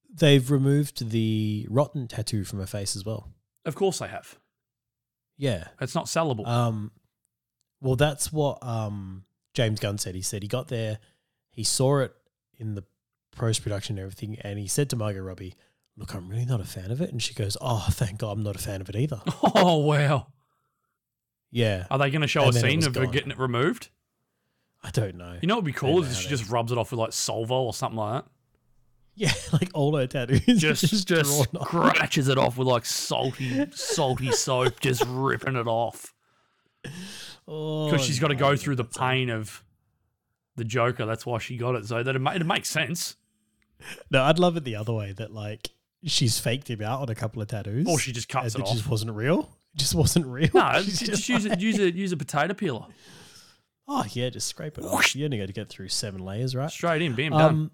Speaker 1: They've removed the rotten tattoo from her face as well.
Speaker 2: Of course they have.
Speaker 1: Yeah.
Speaker 2: It's not sellable.
Speaker 1: Um, well, that's what um, James Gunn said. He said he got there, he saw it in the post production and everything, and he said to Margot Robbie, "Look, I'm really not a fan of it." And she goes, "Oh, thank God, I'm not a fan of it either."
Speaker 2: oh wow.
Speaker 1: yeah,
Speaker 2: Are they gonna show
Speaker 1: And
Speaker 2: a
Speaker 1: then it
Speaker 2: scene
Speaker 1: was
Speaker 2: of her
Speaker 1: gone.
Speaker 2: getting it removed?
Speaker 1: I don't know.
Speaker 2: You know what would be
Speaker 1: know
Speaker 2: cool is if
Speaker 1: how
Speaker 2: she
Speaker 1: they-
Speaker 2: just rubs it off with like Solvo or something like that.
Speaker 1: yeah, like all her tattoos, are
Speaker 2: Just just,
Speaker 1: drawn on.
Speaker 2: scratches it off with like salty salty soap, just ripping it off.
Speaker 1: Oh,
Speaker 2: Because she's got to
Speaker 1: no.
Speaker 2: go through the pain of the Joker. That's why she got it. So that it, ma- it makes sense.
Speaker 1: No, I'd love it the other way. That like she's faked him out on a couple of tattoos,
Speaker 2: Or Oh, she just
Speaker 1: and
Speaker 2: cuts
Speaker 1: it
Speaker 2: it off.
Speaker 1: just wasn't real. It just wasn't real.
Speaker 2: No,
Speaker 1: She's
Speaker 2: just,
Speaker 1: just
Speaker 2: use, a, use, a, use a potato peeler.
Speaker 1: Oh yeah, just scrape it off. You only got to get through seven layers, right?
Speaker 2: Straight in, bam, done.
Speaker 1: Um,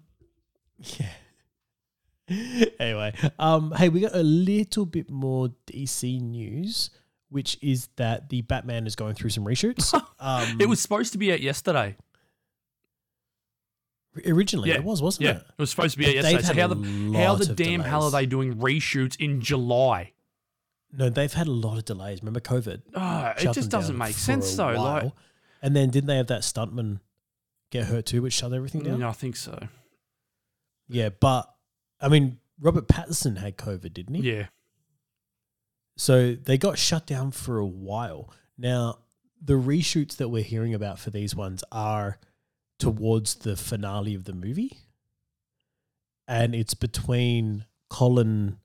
Speaker 1: yeah. anyway, um, hey, we got a little bit more DC news, which is that the Batman is going through some reshoots. Um,
Speaker 2: It was supposed to be out yesterday.
Speaker 1: originally
Speaker 2: Yeah,
Speaker 1: it was, wasn't
Speaker 2: Yeah,
Speaker 1: it?
Speaker 2: it was supposed to be out
Speaker 1: They've
Speaker 2: yesterday. So
Speaker 1: had
Speaker 2: how
Speaker 1: a
Speaker 2: the how the
Speaker 1: lot of
Speaker 2: damn hell are
Speaker 1: delays.
Speaker 2: they doing reshoots in July?
Speaker 1: No, they've had a lot of delays. Remember COVID?
Speaker 2: Ah, it
Speaker 1: shut
Speaker 2: just
Speaker 1: them
Speaker 2: doesn't
Speaker 1: down
Speaker 2: make
Speaker 1: for
Speaker 2: sense
Speaker 1: a
Speaker 2: though. Like,
Speaker 1: while. and then didn't they have that stuntman get hurt too, which shut everything down?
Speaker 2: no, I think so.
Speaker 1: Yeah, but I mean, Robert Pattinson had COVID, didn't he?
Speaker 2: Yeah.
Speaker 1: So they got shut down for a while. Now, the reshoots that we're hearing about for these ones are towards the finale of the movie. And it's between Colin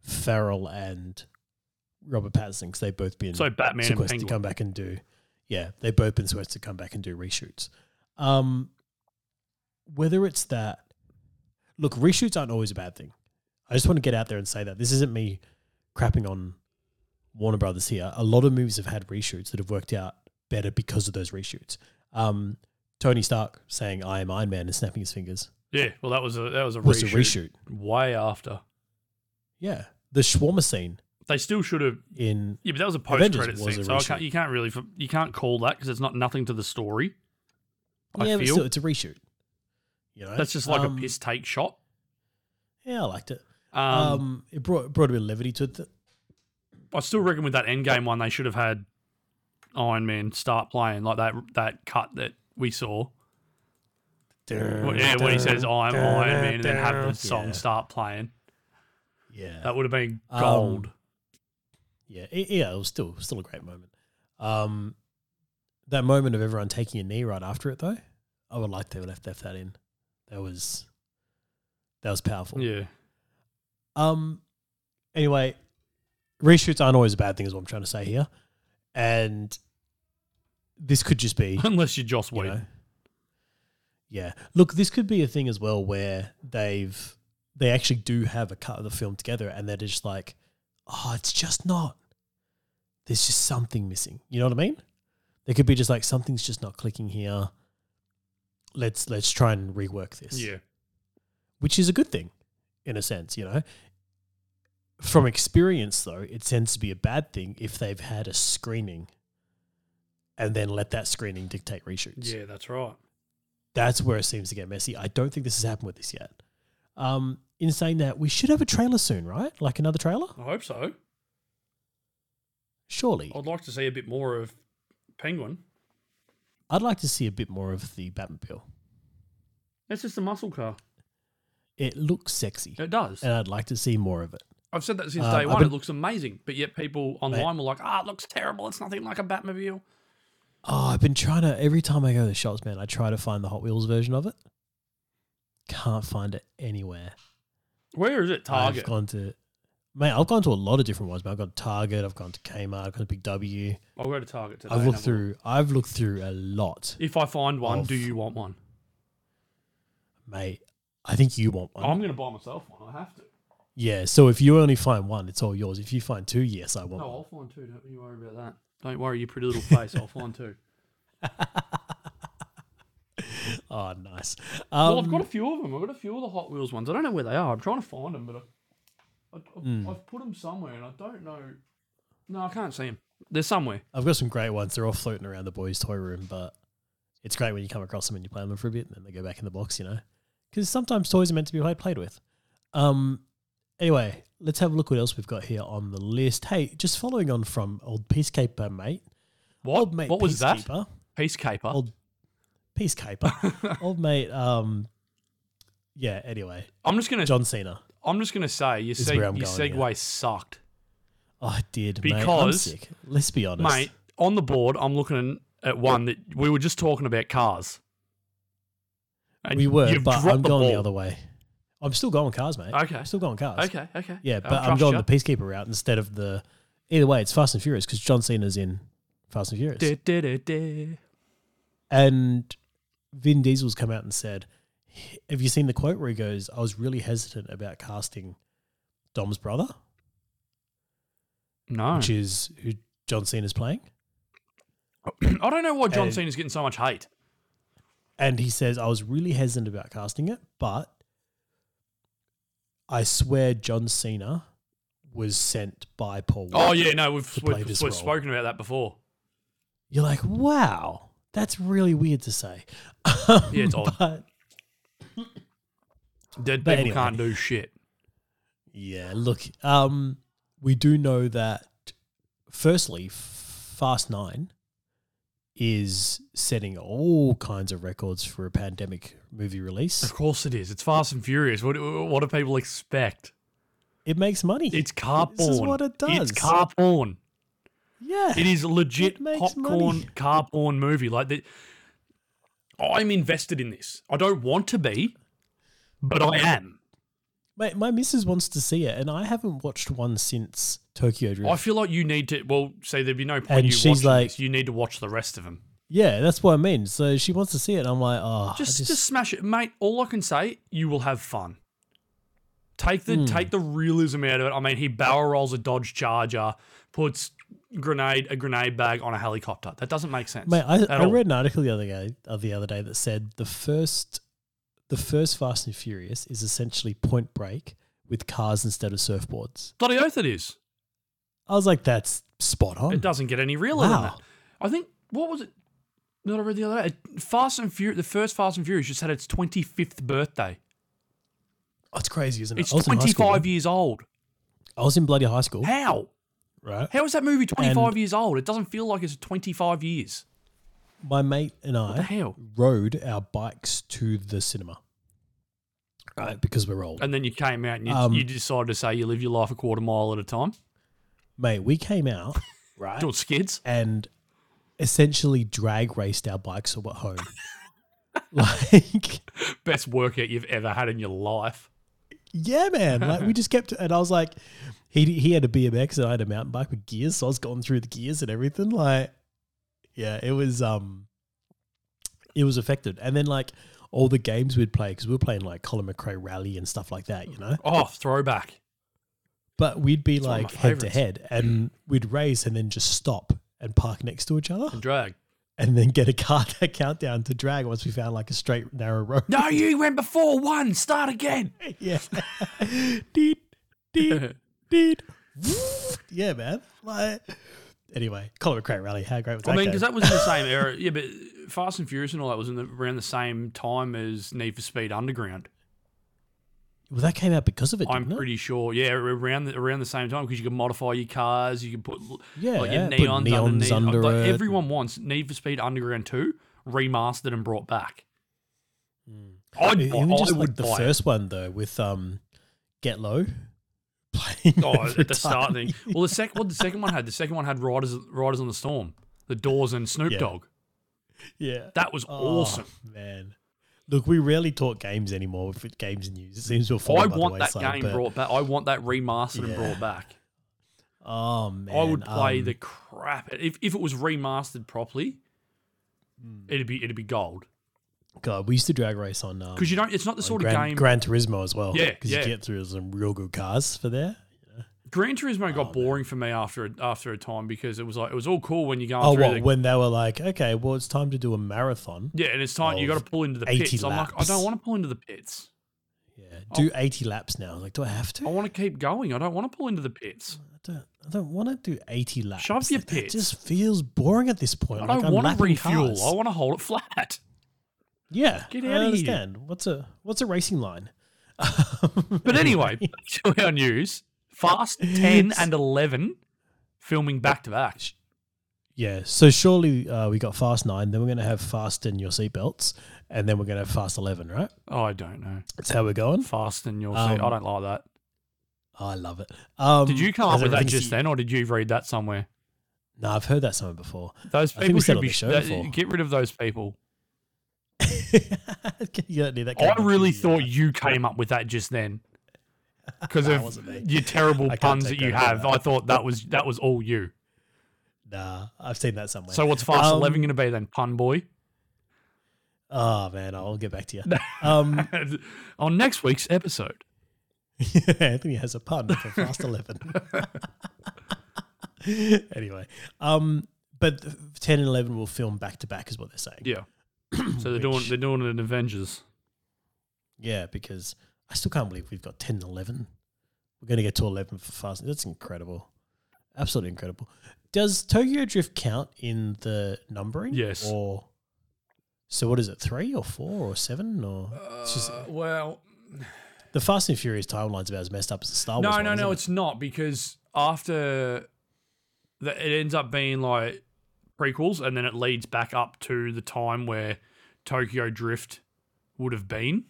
Speaker 1: Farrell and Robert Pattinson because they've both been
Speaker 2: So Batman and
Speaker 1: supposed to
Speaker 2: Penguin.
Speaker 1: come back and do. Yeah, they've both been supposed to come back and do reshoots. Um, whether it's that, look, reshoots aren't always a bad thing. I just want to get out there and say that this isn't me crapping on Warner Brothers here. A lot of movies have had reshoots that have worked out better because of those reshoots. Um, Tony Stark saying "I am Iron Man" and snapping his fingers
Speaker 2: Yeah. Well, that was a that was a
Speaker 1: was
Speaker 2: reshoot.
Speaker 1: a reshoot.
Speaker 2: Way after
Speaker 1: Yeah, the shawarma scene
Speaker 2: they still should have.
Speaker 1: in
Speaker 2: Yeah, but that was a post
Speaker 1: Avengers
Speaker 2: credit
Speaker 1: was
Speaker 2: scene,
Speaker 1: a
Speaker 2: so I can't,
Speaker 1: reshoot.
Speaker 2: you can't really f- you can't call that because it's not nothing to the story. I
Speaker 1: yeah, but
Speaker 2: feel
Speaker 1: still, it's a reshoot. You know,
Speaker 2: that's just like
Speaker 1: Um,
Speaker 2: a piss take shot.
Speaker 1: Yeah, I liked it.
Speaker 2: Um,
Speaker 1: Um, it brought brought a bit of levity to it. that-
Speaker 2: I still reckon with that Endgame one, they should have had Iron Man start playing like that that cut that we saw. Well, yeah, when he says I'm Iron Man, and then have the song
Speaker 1: Yeah.
Speaker 2: start playing.
Speaker 1: Yeah,
Speaker 2: That would have been
Speaker 1: Um,
Speaker 2: gold.
Speaker 1: Yeah, it, yeah, it was still still a great moment. Um, that moment of everyone taking a knee right after it, though, I would like to have left left that in. That was that was powerful.
Speaker 2: yeah.
Speaker 1: Um. Anyway, reshoots aren't always a bad thing, is what I'm trying to say here, and this could just be
Speaker 2: Unless you're Joss
Speaker 1: you
Speaker 2: Whedon.
Speaker 1: know. Yeah. Look, this could be a thing as well where they've they actually do have a cut of the film together and they're just like, oh, it's just not. There's just something missing. You know what I mean? They could be just like something's just not clicking here. Let's let's try and rework this.
Speaker 2: Yeah.
Speaker 1: Which is a good thing in a sense, you know. From experience though, it tends to be a bad thing if they've had a screening and then let that screening dictate reshoots
Speaker 2: Yeah, that's right.
Speaker 1: that's where it seems to get messy. I don't think this has happened with this yet. Um, in saying that, we should have a trailer soon, right? Like another trailer?
Speaker 2: I hope so.
Speaker 1: Surely.
Speaker 2: I'd like to see a bit more of Penguin.
Speaker 1: I'd like to see a bit more of the Batmobile.
Speaker 2: That's just a muscle car.
Speaker 1: It looks sexy,
Speaker 2: It does.
Speaker 1: and I'd like to see more of it.
Speaker 2: I've said that since
Speaker 1: Um,
Speaker 2: day
Speaker 1: I've
Speaker 2: one.
Speaker 1: been-
Speaker 2: it looks amazing, but yet people online were like, "Ah, it looks terrible. It's nothing like a Batmobile."
Speaker 1: Oh, I've been trying to, every time I go to the shops, man, I try to find the Hot Wheels version of it. Can't find it anywhere.
Speaker 2: Where is it? Target.
Speaker 1: I've gone to, man, I've gone to a lot of different ones, man. I've gone to Target, I've gone to Kmart, I've gone to Big W.
Speaker 2: I'll go to Target today.
Speaker 1: I've
Speaker 2: and
Speaker 1: looked
Speaker 2: have a look.
Speaker 1: through, I've looked through a lot,
Speaker 2: If I find one,
Speaker 1: of-
Speaker 2: do you want one?
Speaker 1: mate. I think you want one.
Speaker 2: I'm going to buy myself one. I have to.
Speaker 1: Yeah, so if you only find one, it's all yours. If you find two, yes, I want.
Speaker 2: No,
Speaker 1: one.
Speaker 2: I'll find two. Don't you worry about that. Don't worry, your pretty little face. I'll find two.
Speaker 1: Oh, nice. Um,
Speaker 2: well, I've got a few of them. I've got a few of the Hot Wheels ones. I don't know where they are. I'm trying to find them, but I, I, I've,
Speaker 1: Hmm.
Speaker 2: I've put them somewhere, and I don't know. No, I can't see them. They're somewhere.
Speaker 1: I've got some great ones. They're all floating around the boys' toy room, but it's great when you come across them and you play with them for a bit, and then they go back in the box, you know, because sometimes toys are meant to be played, played with. Um. Anyway, let's have a look what else we've got here on the list. Hey, just following on from old Peacekeeper mate,
Speaker 2: What?
Speaker 1: old mate,
Speaker 2: what was that? Ah.
Speaker 1: Peacekeeper,
Speaker 2: Peace Caper.
Speaker 1: Old- Peacekeeper, old mate. Um. Yeah. Anyway,
Speaker 2: I'm just gonna.
Speaker 1: John Cena.
Speaker 2: I'm just gonna say your,
Speaker 1: is
Speaker 2: seg-
Speaker 1: where I'm
Speaker 2: your
Speaker 1: going,
Speaker 2: segue
Speaker 1: yeah.
Speaker 2: sucked,
Speaker 1: Oh, it did mate. I'm
Speaker 2: Because-
Speaker 1: sick. Let's be honest,
Speaker 2: mate. On the board, I'm looking at one that we were just talking about cars. And
Speaker 1: we were,
Speaker 2: you've
Speaker 1: but
Speaker 2: dropped
Speaker 1: I'm going the
Speaker 2: ball.
Speaker 1: other way. I'm still going cars, mate.
Speaker 2: Okay.
Speaker 1: I'm still going cars.
Speaker 2: Okay, okay.
Speaker 1: Yeah,
Speaker 2: I'll
Speaker 1: but I'm
Speaker 2: trust
Speaker 1: going
Speaker 2: ya.
Speaker 1: the Peacekeeper route instead of the. Either way, it's Fast and Furious because John Cena's in Fast and Furious.
Speaker 2: Da, da, da, da.
Speaker 1: And Vin Diesel's come out and said, Have you seen the quote where he goes, I was really hesitant about casting Dom's brother,
Speaker 2: No,
Speaker 1: which is who John Cena's playing?
Speaker 2: I don't know why John
Speaker 1: And-
Speaker 2: Cena's getting so much hate.
Speaker 1: And he says, I was really hesitant about casting it, but I swear John Cena was sent by Paul.
Speaker 2: Oh
Speaker 1: Walker."
Speaker 2: yeah, no, we've
Speaker 1: To play
Speaker 2: we've, we've
Speaker 1: this role.
Speaker 2: spoken about that before.
Speaker 1: You're like, wow, that's really weird to say.
Speaker 2: Yeah, it's odd.
Speaker 1: But
Speaker 2: Dead
Speaker 1: But
Speaker 2: people
Speaker 1: anyway.
Speaker 2: can't do shit.
Speaker 1: yeah, look, um, we do know that, firstly, Fast Nine is setting all kinds of records for a pandemic movie release.
Speaker 2: Of course it is. It's Fast and Furious. What what do people expect?
Speaker 1: It makes money.
Speaker 2: It's car
Speaker 1: This
Speaker 2: porn.
Speaker 1: is what it does.
Speaker 2: It's car porn.
Speaker 1: yeah.
Speaker 2: It is legit
Speaker 1: It makes
Speaker 2: popcorn
Speaker 1: money.
Speaker 2: car porn movie. Like the, I'm invested in this. I don't want to be, but I am.
Speaker 1: My, my missus wants to see it, and I haven't watched one since Tokyo Drift.
Speaker 2: I feel like you need to. Well, say there'd be no point
Speaker 1: And
Speaker 2: you
Speaker 1: she's
Speaker 2: watching
Speaker 1: like-
Speaker 2: this. You need to watch the rest of them.
Speaker 1: yeah, that's what I mean. So she wants to see it. And I'm like, oh, I
Speaker 2: Just,
Speaker 1: just-
Speaker 2: just smash it, mate. All I can say, you will have fun. Take
Speaker 1: Hmm.
Speaker 2: the take the realism out of it. I mean, he barrel rolls a Dodge Charger, puts grenade a grenade bag on a helicopter. That doesn't make sense.
Speaker 1: Mate, I,
Speaker 2: at
Speaker 1: I
Speaker 2: all.
Speaker 1: read an article the other day, uh, the other day that said the first, the first Fast and Furious is essentially Point Break with cars instead of surfboards.
Speaker 2: bloody oath it is.
Speaker 1: I was like, that's spot on.
Speaker 2: It doesn't get any realer than
Speaker 1: Oh. Wow.
Speaker 2: that. I think what was it? Not I read the other day. Fast and Furious, the first Fast and Furious just had its twenty fifth birthday.
Speaker 1: Oh, it's crazy, isn't it?
Speaker 2: It's
Speaker 1: I was in high
Speaker 2: twenty
Speaker 1: school
Speaker 2: five
Speaker 1: then.
Speaker 2: years old.
Speaker 1: I was in bloody high school,
Speaker 2: How?
Speaker 1: right?
Speaker 2: How is that movie twenty five
Speaker 1: And-
Speaker 2: years old? It doesn't feel like it's twenty five years.
Speaker 1: My mate and
Speaker 2: What the
Speaker 1: I
Speaker 2: hell?
Speaker 1: rode our bikes to the cinema, right? Because we're old.
Speaker 2: And then you came out and you,
Speaker 1: Um,
Speaker 2: you decided to say you live your life a quarter mile at a time,
Speaker 1: mate, we came out, right?
Speaker 2: doing skids.
Speaker 1: and essentially drag raced our bikes at home. like,
Speaker 2: Best workout you've ever had in your life.
Speaker 1: yeah, man. Like, we just kept, and I was like, he he had a BMX and I had a mountain bike with gears, so I was going through the gears and everything. Like, yeah, it was um, it was effective. And then like all the games we'd play because we were playing like Colin McRae Rally and stuff like that, you know.
Speaker 2: Oh, throwback.
Speaker 1: But we'd be
Speaker 2: one of
Speaker 1: like
Speaker 2: my
Speaker 1: head to
Speaker 2: favorites.
Speaker 1: head, and we'd race and then just stop and park next to each other.
Speaker 2: And drag.
Speaker 1: and then get a car a countdown to drag once we found like a straight narrow road.
Speaker 2: No, you went before one. Start again.
Speaker 1: yeah. deed, deed, deed. yeah, man. Like anyway, Colin McRae rally. How great was that?
Speaker 2: I mean,
Speaker 1: game?
Speaker 2: because that was in the same era. Yeah, but Fast and Furious and all that was in the, around the same time as Need for Speed Underground.
Speaker 1: well, that came out because of it,
Speaker 2: I'm
Speaker 1: didn't
Speaker 2: pretty sure. Yeah, around the, around the same time because you could modify your cars. You could put l-
Speaker 1: it? Yeah,
Speaker 2: like
Speaker 1: yeah.
Speaker 2: your
Speaker 1: put
Speaker 2: neons, underneath.
Speaker 1: neons under
Speaker 2: like,
Speaker 1: it.
Speaker 2: Everyone wants Need for Speed Underground 2 remastered and brought back.
Speaker 1: Hmm.
Speaker 2: I'd,
Speaker 1: Even
Speaker 2: buy-
Speaker 1: just
Speaker 2: I
Speaker 1: like
Speaker 2: would
Speaker 1: the
Speaker 2: buy it.
Speaker 1: first one though with um, Get Low. Playing
Speaker 2: Oh,
Speaker 1: every
Speaker 2: at the start
Speaker 1: time.
Speaker 2: thing. Well, the second what the second one had. The second one had Riders Riders on the Storm, the Doors and Snoop
Speaker 1: Yeah.
Speaker 2: Dogg.
Speaker 1: Yeah.
Speaker 2: That was
Speaker 1: Oh,
Speaker 2: awesome.
Speaker 1: man. Look, we rarely talk games anymore with games and news. It seems we'll fall
Speaker 2: I
Speaker 1: by
Speaker 2: want
Speaker 1: the
Speaker 2: that
Speaker 1: wayside,
Speaker 2: game
Speaker 1: but-
Speaker 2: brought back. I want that remastered and
Speaker 1: Yeah.
Speaker 2: brought back.
Speaker 1: Oh man,
Speaker 2: I would play
Speaker 1: um,
Speaker 2: the crap if, if it was remastered properly.
Speaker 1: Hmm.
Speaker 2: It'd be it'd be gold
Speaker 1: God. We used to drag race on um,
Speaker 2: because you don't. It's not the
Speaker 1: on
Speaker 2: sort
Speaker 1: Gran,
Speaker 2: of game. Gran,
Speaker 1: Gran Turismo as well.
Speaker 2: Yeah,
Speaker 1: because
Speaker 2: yeah.
Speaker 1: you get through some real good cars for there.
Speaker 2: Turismo
Speaker 1: Oh,
Speaker 2: got boring for me after a- after a time because it was like it was all cool when you're going
Speaker 1: Oh,
Speaker 2: through.
Speaker 1: what
Speaker 2: the,
Speaker 1: when they were like, okay, well, it's time to do a marathon.
Speaker 2: yeah, and it's time you
Speaker 1: of
Speaker 2: got to pull into the
Speaker 1: 80
Speaker 2: pits. I'm like, I
Speaker 1: Oh, laps.
Speaker 2: don't want to pull into the pits.
Speaker 1: Yeah,
Speaker 2: Oh.
Speaker 1: do eighty laps now. Like, do I have
Speaker 2: I
Speaker 1: to?
Speaker 2: want to keep going. I don't want to pull into the pits.
Speaker 1: I don't. I don't want to do eighty laps.
Speaker 2: Shove your
Speaker 1: Like, that
Speaker 2: pits.
Speaker 1: just feels boring at this point.
Speaker 2: I
Speaker 1: like,
Speaker 2: don't
Speaker 1: I'm
Speaker 2: want to
Speaker 1: lapping
Speaker 2: refuel.
Speaker 1: cars.
Speaker 2: I want to hold it flat.
Speaker 1: yeah,
Speaker 2: Get
Speaker 1: I
Speaker 2: outta here.
Speaker 1: understand. What's a what's a racing line?
Speaker 2: But anyway, back to our news. Fast 10 and 11 filming back to back.
Speaker 1: Yeah, so surely uh, we got fast nine. Then we're going to have fast in your seatbelts, and then we're going to have fast eleven, right?
Speaker 2: Oh, I don't know.
Speaker 1: That's how we're going.
Speaker 2: Fast and you'll see.
Speaker 1: Um,
Speaker 2: I don't like that.
Speaker 1: Oh, I love it. Um,
Speaker 2: Did you come
Speaker 1: I
Speaker 2: up
Speaker 1: don't
Speaker 2: with that
Speaker 1: think
Speaker 2: just
Speaker 1: you-
Speaker 2: then, or did you read that somewhere?
Speaker 1: No, I've heard that somewhere before.
Speaker 2: Those
Speaker 1: I think
Speaker 2: people
Speaker 1: we said
Speaker 2: should
Speaker 1: on
Speaker 2: be
Speaker 1: the show
Speaker 2: that-
Speaker 1: before.
Speaker 2: get rid of those people.
Speaker 1: you don't need that.
Speaker 2: I
Speaker 1: kind of
Speaker 2: really
Speaker 1: easy,
Speaker 2: thought
Speaker 1: uh,
Speaker 2: you came up with that just then because
Speaker 1: That
Speaker 2: of
Speaker 1: wasn't me.
Speaker 2: your terrible
Speaker 1: I can't
Speaker 2: puns
Speaker 1: take
Speaker 2: that you
Speaker 1: credit for
Speaker 2: have.
Speaker 1: that.
Speaker 2: I thought that was that was all you.
Speaker 1: Nah, I've seen that somewhere.
Speaker 2: So what's Fast
Speaker 1: Um,
Speaker 2: 11 going to be then, pun boy?
Speaker 1: Oh man, I'll get back to you. um,
Speaker 2: On next week's episode.
Speaker 1: yeah, Anthony has a pun for fast eleven. anyway, um, but ten and eleven will film back to back, is what they're saying.
Speaker 2: Yeah. So they're doing
Speaker 1: Which-
Speaker 2: they're doing an Avengers.
Speaker 1: Yeah, because I still can't believe we've got 10 and 11. We're going to get to 11 for fast. That's incredible. Absolutely incredible. Does Tokyo Drift count in the numbering?
Speaker 2: Yes.
Speaker 1: Or so what is it? 3 or 4 or 7 or it's just,
Speaker 2: Uh, well,
Speaker 1: the Fast and Furious timeline's about as messed up as the Star Wars.
Speaker 2: no,
Speaker 1: one,
Speaker 2: no,
Speaker 1: isn't
Speaker 2: no,
Speaker 1: it?
Speaker 2: it's not because after the, it ends up being like prequels, and then it leads back up to the time where Tokyo Drift would have been.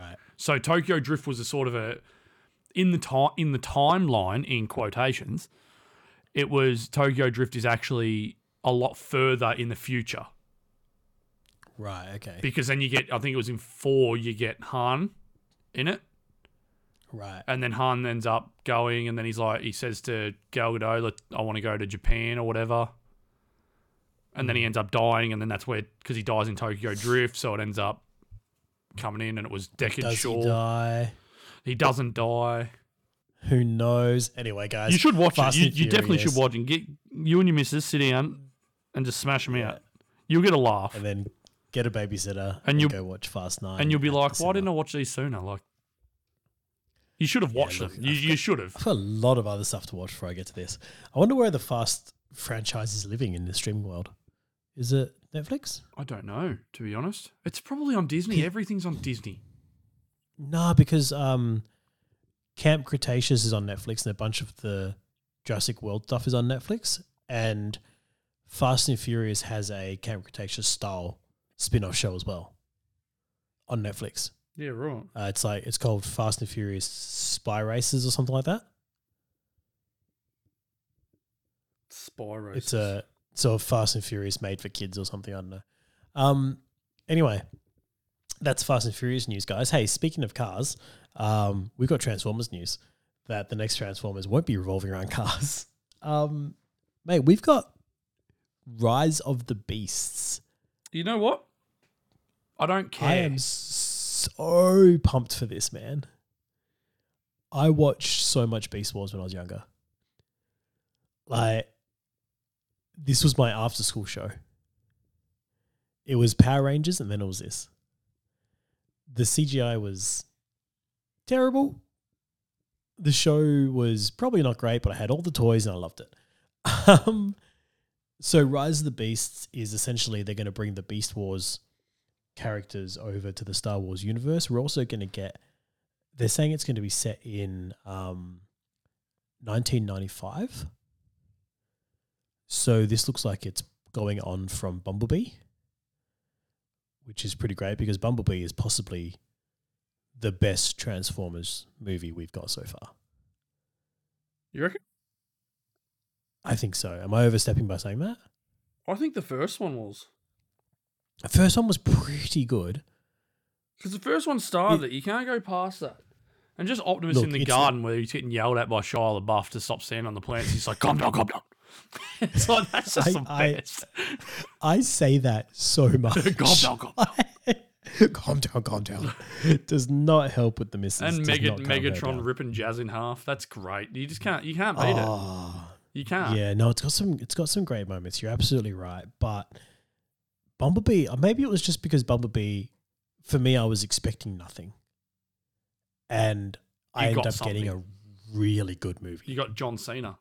Speaker 1: Right.
Speaker 2: So Tokyo Drift was a sort of a in the time in the timeline in quotations. It was Tokyo Drift is actually a lot further in the future
Speaker 1: Right. Okay.
Speaker 2: because then you get I think it was in four you get Han in it.
Speaker 1: right.
Speaker 2: And then Han ends up going, and then he's like, he says to Gal Gadot, "Let I want to go to Japan or whatever." And
Speaker 1: Hmm.
Speaker 2: then he ends up dying, and then that's where because he dies in Tokyo Drift, so it ends up coming in, and it was Deckard
Speaker 1: Does
Speaker 2: Shaw.
Speaker 1: he
Speaker 2: He,
Speaker 1: die?
Speaker 2: doesn't die.
Speaker 1: Who knows? Anyway, guys,
Speaker 2: you should watch
Speaker 1: Fast
Speaker 2: it. You,
Speaker 1: and
Speaker 2: you definitely should
Speaker 1: Furious.
Speaker 2: watch it. Get you and your missus sit down and just smash them out. You'll get a laugh,
Speaker 1: and then get a babysitter
Speaker 2: And
Speaker 1: and,
Speaker 2: you-
Speaker 1: you go watch Fast Nine,
Speaker 2: and you'll be
Speaker 1: at
Speaker 2: like,
Speaker 1: the
Speaker 2: "Why
Speaker 1: cinema."
Speaker 2: didn't I watch these sooner?" Like, you should have watched
Speaker 1: look,
Speaker 2: them. You,
Speaker 1: I've
Speaker 2: you should have.
Speaker 1: I've got a lot of other stuff to watch before I get to this. I wonder where the Fast franchise is living in the streaming world. Is it Netflix?
Speaker 2: I don't know, to be honest. It's probably on Disney. Everything's on Disney.
Speaker 1: Nah, because um, Camp Cretaceous is on Netflix, and a bunch of the Jurassic World stuff is on Netflix, and Fast and Furious has a Camp Cretaceous style spin-off show as well on Netflix.
Speaker 2: Yeah, right.
Speaker 1: Uh, it's like it's called Fast and Furious Spy Races or something like that.
Speaker 2: Spy races.
Speaker 1: It's a sort of Fast and Furious made for kids or something. I don't know. Um, anyway, that's Fast and Furious news, guys. Hey, speaking of cars, um, we've got Transformers news that the next Transformers won't be revolving around cars. Um, mate, we've got Rise of the Beasts.
Speaker 2: You know what? I don't care.
Speaker 1: I am so pumped for this, man. I watched so much Beast Wars when I was younger. Like, this was my after school show. It was Power Rangers and then it was this. The CGI was terrible. The show was probably not great, but I had all the toys and I loved it. Um, so, Rise of the Beasts is essentially they're going to bring the Beast Wars characters over to the Star Wars universe. We're also going to get. They're saying it's going to be set in um, 1995. So this looks like it's going on from Bumblebee, which is pretty great because Bumblebee is possibly the best Transformers movie we've got so far.
Speaker 2: you reckon?
Speaker 1: I think so. Am I overstepping by saying that?
Speaker 2: I think the first one was.
Speaker 1: The first one was pretty good.
Speaker 2: Because the first one started it. You can't go past that. And just Optimus
Speaker 1: Look,
Speaker 2: in the
Speaker 1: it's-
Speaker 2: garden where he's getting yelled at by Shia LaBeouf to stop standing on the plants. He's like, calm down, calm down. it's like, that's just
Speaker 1: I-
Speaker 2: the
Speaker 1: I-
Speaker 2: best.
Speaker 1: I say that so much.
Speaker 2: calm down, calm down.
Speaker 1: calm down, calm down. Does not help with the misses.
Speaker 2: And
Speaker 1: does
Speaker 2: Mega,
Speaker 1: not calm her
Speaker 2: Megatron
Speaker 1: down.
Speaker 2: ripping Jazz in half. That's great. You just can't, you can't beat it.
Speaker 1: Ah,
Speaker 2: You can't.
Speaker 1: yeah, no, it's got some. It's got some great moments. You're absolutely right, but Bumblebee. uh, Maybe it was just because Bumblebee. For me, I was expecting nothing, and I
Speaker 2: You
Speaker 1: ended
Speaker 2: got
Speaker 1: up getting a really good
Speaker 2: You
Speaker 1: movie.
Speaker 2: got John Cena.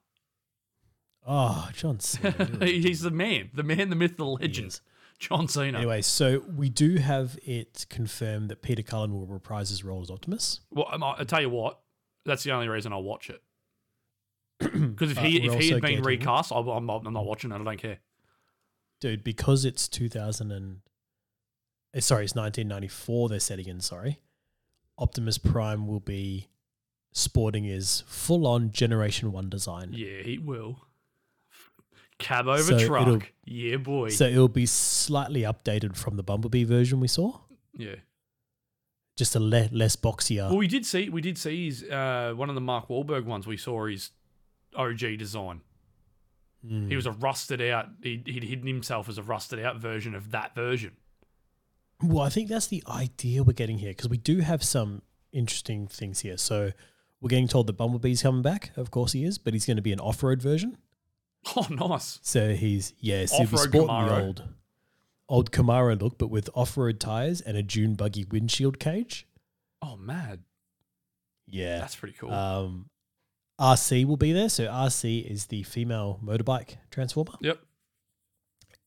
Speaker 1: Oh, John Cena. really
Speaker 2: he's the man, the man, the myth, the legend.
Speaker 1: is.
Speaker 2: John Cena.
Speaker 1: Anyway, so we do have it confirmed that Peter Cullen will reprise his role as Optimus.
Speaker 2: Well, I'm- I'll tell you what. That's the only reason I'll watch it. Because if
Speaker 1: Uh,
Speaker 2: he
Speaker 1: we're
Speaker 2: if he had
Speaker 1: also
Speaker 2: been
Speaker 1: getting-
Speaker 2: recast, I'm, I'm, I'm not watching it. I don't care.
Speaker 1: dude, because it's 2000 and eh, sorry, it's 1994. They're setting in. Sorry, Optimus Prime will be sporting his full-on Generation One design.
Speaker 2: Yeah, he will. Cab over
Speaker 1: So
Speaker 2: truck.
Speaker 1: it'll-
Speaker 2: Yeah, boy.
Speaker 1: So it'll be slightly updated from the Bumblebee version we saw,
Speaker 2: yeah.
Speaker 1: just a le- less boxier.
Speaker 2: Well, we did see we did see his uh, one of the Mark Wahlberg ones. We saw his OG design.
Speaker 1: Mm.
Speaker 2: He was a rusted out. He, he'd hidden himself as a rusted out version of that version.
Speaker 1: Well, I think that's the idea we're getting here because we do have some interesting things here. So we're getting told that Bumblebee's coming back. Of course he is, but he's going to be an off-road version.
Speaker 2: Oh, nice.
Speaker 1: So he's yeah, so he'll be
Speaker 2: Off-road
Speaker 1: sporting
Speaker 2: Camaro.
Speaker 1: the old old Camaro look, but with off-road tires and a dune buggy windshield cage.
Speaker 2: Oh, mad.
Speaker 1: Yeah.
Speaker 2: That's pretty cool.
Speaker 1: Um, RC will be there. So RC is the female motorbike transformer,
Speaker 2: yep.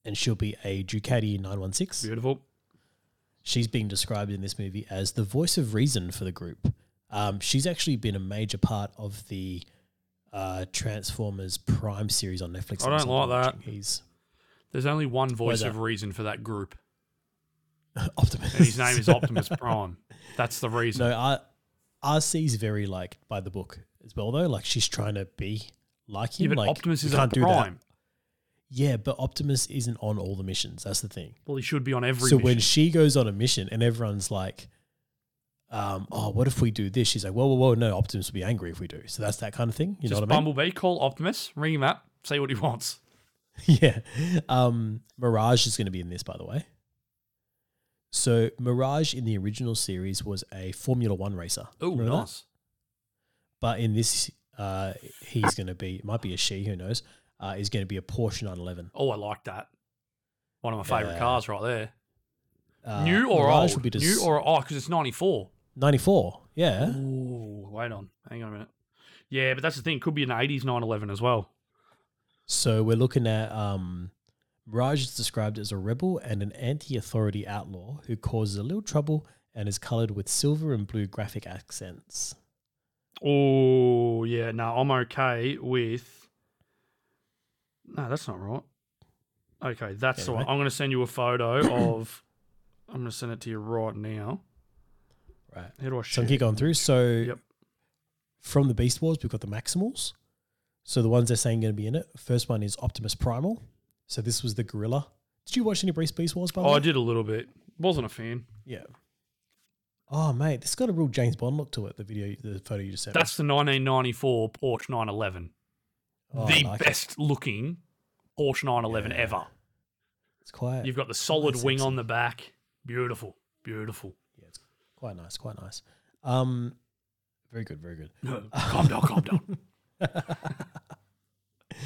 Speaker 1: and she'll be a Ducati 916.
Speaker 2: Beautiful.
Speaker 1: She's being described in this movie as the voice of reason for the group. Um, she's actually been a major part of the uh, Transformers Prime series on Netflix.
Speaker 2: I don't
Speaker 1: I'm
Speaker 2: like that.
Speaker 1: watching. He's
Speaker 2: There's only one voice
Speaker 1: that?
Speaker 2: of reason for that group,
Speaker 1: Optimus.
Speaker 2: and his name is Optimus Prime. That's the reason.
Speaker 1: No, R- RC's very like by the book as well though. Like she's trying to be like him.
Speaker 2: yeah, but
Speaker 1: like
Speaker 2: Optimus
Speaker 1: you
Speaker 2: is a
Speaker 1: That.
Speaker 2: Prime.
Speaker 1: Yeah, but Optimus isn't on all the missions. That's the thing.
Speaker 2: Well, he should be on every.
Speaker 1: so
Speaker 2: mission.
Speaker 1: when she goes on a mission and everyone's like, um, oh, what if we do this? She's like, whoa, whoa, whoa, no, Optimus will be angry if we do. So that's that kind of thing. You know
Speaker 2: Just
Speaker 1: what I mean?
Speaker 2: Bumblebee, call Optimus, ring him up, see what he wants.
Speaker 1: yeah. Um, Mirage is going to be in this, by the way. So Mirage in the original series was a Formula One racer.
Speaker 2: Oh,
Speaker 1: Remember that?
Speaker 2: nice.
Speaker 1: But in this, uh, he's going to be, it might be a she, who knows, uh, is going to be a Porsche 911.
Speaker 2: Oh, I like that. One of my favorite
Speaker 1: Yeah.
Speaker 2: cars right there.
Speaker 1: Uh,
Speaker 2: New or
Speaker 1: Mirage
Speaker 2: old?
Speaker 1: Will be dis-
Speaker 2: New or oh, because it's ninety four.
Speaker 1: 94. Yeah.
Speaker 2: Ooh, wait on, hang on a minute. Yeah, but that's the thing. Could be an eighties nine eleven as well.
Speaker 1: So we're looking at um, Mirage is described as a rebel and an anti-authority outlaw who causes a little trouble and is colored with silver and blue graphic accents.
Speaker 2: Oh yeah, no, I'm okay with. No, that's not right. Okay, that's the one.
Speaker 1: Anyway.
Speaker 2: I'm going to send you a photo of. I'm going to send it to you right now.
Speaker 1: Right.
Speaker 2: How do I
Speaker 1: So
Speaker 2: share?
Speaker 1: I'm keep going through. So
Speaker 2: Yep.
Speaker 1: from the Beast Wars, we've got the Maximals. So the ones they're saying going to be in it. First one is Optimus Primal. So this was the gorilla. Did you watch any Beast Beast Wars? By the
Speaker 2: oh,
Speaker 1: way?
Speaker 2: I did a little bit. Wasn't a fan.
Speaker 1: Yeah. Oh mate, this got a real James Bond look to it. The video, the photo you just sent.
Speaker 2: That's the 1994 Porsche 911.
Speaker 1: Oh, I
Speaker 2: the
Speaker 1: like it.
Speaker 2: best looking Porsche 911
Speaker 1: Yeah.
Speaker 2: ever.
Speaker 1: It's quite.
Speaker 2: You've got the solid
Speaker 1: that's
Speaker 2: wing
Speaker 1: sexy.
Speaker 2: on the back. Beautiful, beautiful.
Speaker 1: Yeah, it's quite nice, quite nice. Um, very good, very
Speaker 2: No, calm down, calm down.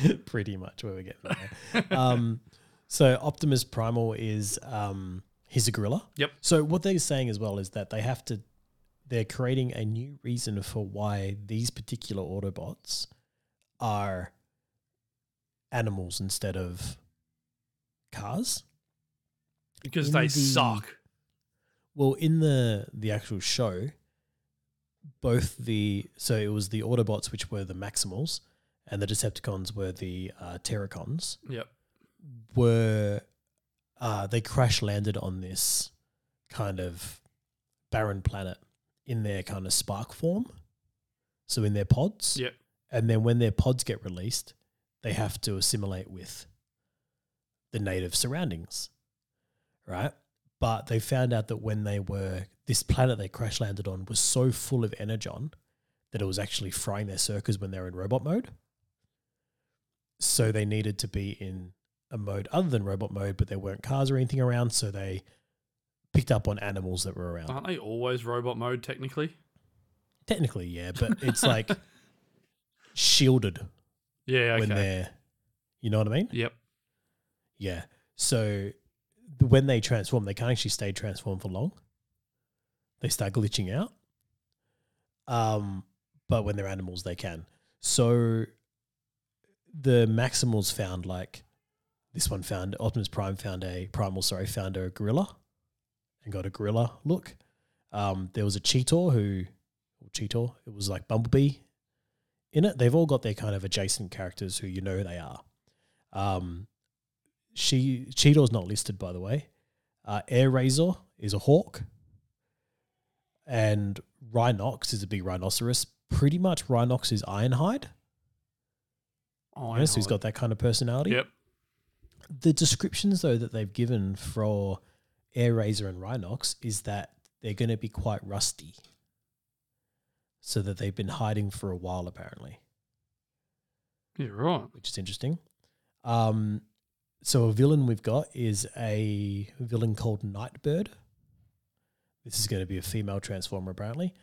Speaker 1: good. Pretty much where we're getting at there. Um, so Optimus Primal is um, he's a gorilla.
Speaker 2: Yep.
Speaker 1: So what they're saying as well is that they have to they're creating a new reason for why these particular Autobots are animals instead of cars.
Speaker 2: Because
Speaker 1: In
Speaker 2: they
Speaker 1: the-
Speaker 2: suck.
Speaker 1: Well, in the the actual show, both the so it was the Autobots which were the Maximals, and the Decepticons were the uh, Terracons.
Speaker 2: Yep.
Speaker 1: Were uh, they crash landed on this kind of barren planet in their kind of spark form? So in their pods,
Speaker 2: Yep.
Speaker 1: and then when their pods get released, they have to assimilate with the native surroundings, right? But they found out that when they were this planet they crash landed on was so full of energon that it was actually frying their circuits when they were in robot mode. So they needed to be in a mode other than robot mode, but there weren't cars or anything around, so they picked up on animals that were around.
Speaker 2: Aren't they always robot mode technically?
Speaker 1: Technically, yeah, but it's like shielded
Speaker 2: Yeah,
Speaker 1: when
Speaker 2: okay.
Speaker 1: they're, you know what I mean?
Speaker 2: Yep.
Speaker 1: Yeah. So th- when they transform, they can't actually stay transformed for long. They start glitching out. Um, but when they're animals, they can. So the Maximals found like this one found Optimus Prime found a primal sorry found a gorilla and got a gorilla look. Um, there was a Cheetor who Cheetor it was like Bumblebee in it. They've all got their kind of adjacent characters who you know who they are. Um, she Cheetor's not listed, by the way. Uh, Air Razor is a hawk, and Rhinox is a big rhinoceros. Pretty much, Rhinox is Ironhide.
Speaker 2: Oh,
Speaker 1: Ironhide. So he's got that kind of personality.
Speaker 2: Yep.
Speaker 1: The descriptions though that they've given for Air Razor and Rhinox is that they're going to be quite rusty, so that they've been hiding for a while apparently.
Speaker 2: Yeah, right.
Speaker 1: which is interesting. Um, so a villain we've got is a villain called Nightbird. This is going to be a female transformer apparently,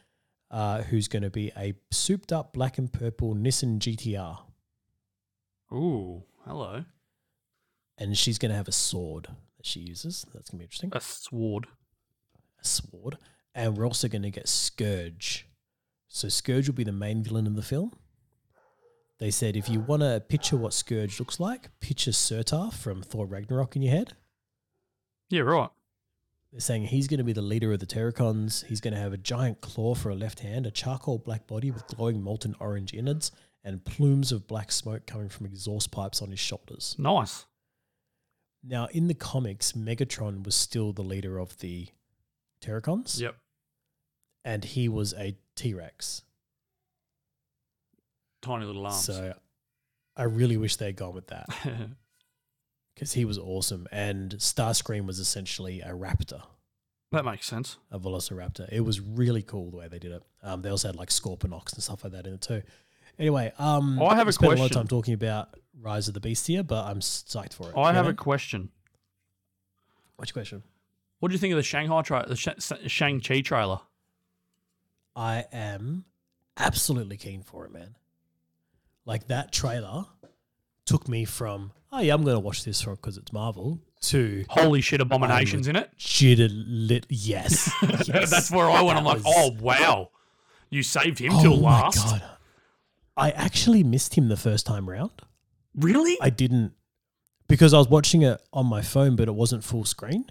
Speaker 1: uh, who's going to be a souped up black and purple Nissan GTR,
Speaker 2: Ooh, hello.
Speaker 1: and she's going to have a sword that she uses. That's going to be interesting.
Speaker 2: A sword.
Speaker 1: A sword, and we're also going to get Scourge. So Scourge will be the main villain in the film. They said if you want to picture what Scourge looks like, picture Surtar from Thor Ragnarok in your head.
Speaker 2: Yeah, right.
Speaker 1: They're saying he's going to be the leader of the Terracons. He's going to have a giant claw for a left hand, a charcoal black body with glowing molten orange innards, and plumes of black smoke coming from exhaust pipes on his shoulders.
Speaker 2: Nice.
Speaker 1: Now, in the comics, Megatron was still the leader of the Terracons,
Speaker 2: Yep.
Speaker 1: and he was a T Rex.
Speaker 2: Tiny little arms.
Speaker 1: So I really wish they'd gone with that because he was awesome. And Starscream was essentially a raptor,
Speaker 2: that makes sense.
Speaker 1: a velociraptor. It was really cool the way they did it. Um, they also had like Scorponox and stuff like that in it too. Anyway, um,
Speaker 2: Oh, I have
Speaker 1: we
Speaker 2: a
Speaker 1: spent a lot of
Speaker 2: question.
Speaker 1: time talking about Rise of the Beast here, but I'm psyched for it.
Speaker 2: I have a
Speaker 1: Renan,
Speaker 2: question.
Speaker 1: what's your question?
Speaker 2: What do you think of the Shanghai tra- the Sha Shang Chi trailer?
Speaker 1: I am absolutely keen for it, man. Like that trailer took me from, oh yeah, I'm going to watch this because it's Marvel, to
Speaker 2: Holy shit! Abominations in it.
Speaker 1: jitter lit. Yes. yes.
Speaker 2: That's where I went. I'm like,
Speaker 1: That was-
Speaker 2: oh wow, you saved him till last.
Speaker 1: Oh My God. I actually missed him the first time round.
Speaker 2: Really?
Speaker 1: I didn't because I was watching it on my phone, but it wasn't full screen.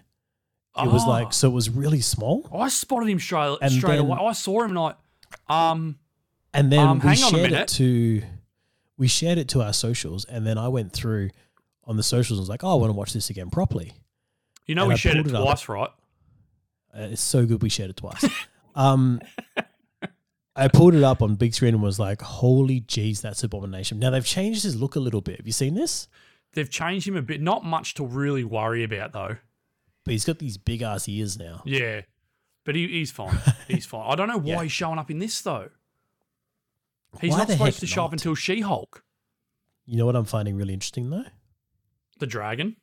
Speaker 1: It was
Speaker 2: Ah.
Speaker 1: like, so it was really small.
Speaker 2: I spotted him straight,
Speaker 1: And
Speaker 2: straight
Speaker 1: then-
Speaker 2: away. I saw him and I, um,
Speaker 1: And then
Speaker 2: Um,
Speaker 1: we
Speaker 2: hang on a
Speaker 1: shared it
Speaker 2: minute.
Speaker 1: to we shared it to our socials, and then I went through on the socials. and was like, oh, I want to watch this again properly.
Speaker 2: you know,
Speaker 1: And
Speaker 2: we
Speaker 1: I
Speaker 2: shared it
Speaker 1: pulled it up.
Speaker 2: twice, right?
Speaker 1: Uh, it's so good we shared it twice. um, I pulled it up on big screen and was like, holy jeez, that's abomination. Now they've changed his look a little bit. Have you seen this?
Speaker 2: They've changed him a bit. Not much to really worry about though.
Speaker 1: But he's got these big ass ears now.
Speaker 2: Yeah, but he, he's fine. he's fine. I don't know why
Speaker 1: Yeah.
Speaker 2: he's showing up in this though. He's
Speaker 1: Why
Speaker 2: not
Speaker 1: the
Speaker 2: supposed
Speaker 1: heck
Speaker 2: to show up
Speaker 1: not?
Speaker 2: until She-Hulk,
Speaker 1: You know what I'm finding really interesting though?
Speaker 2: the dragon,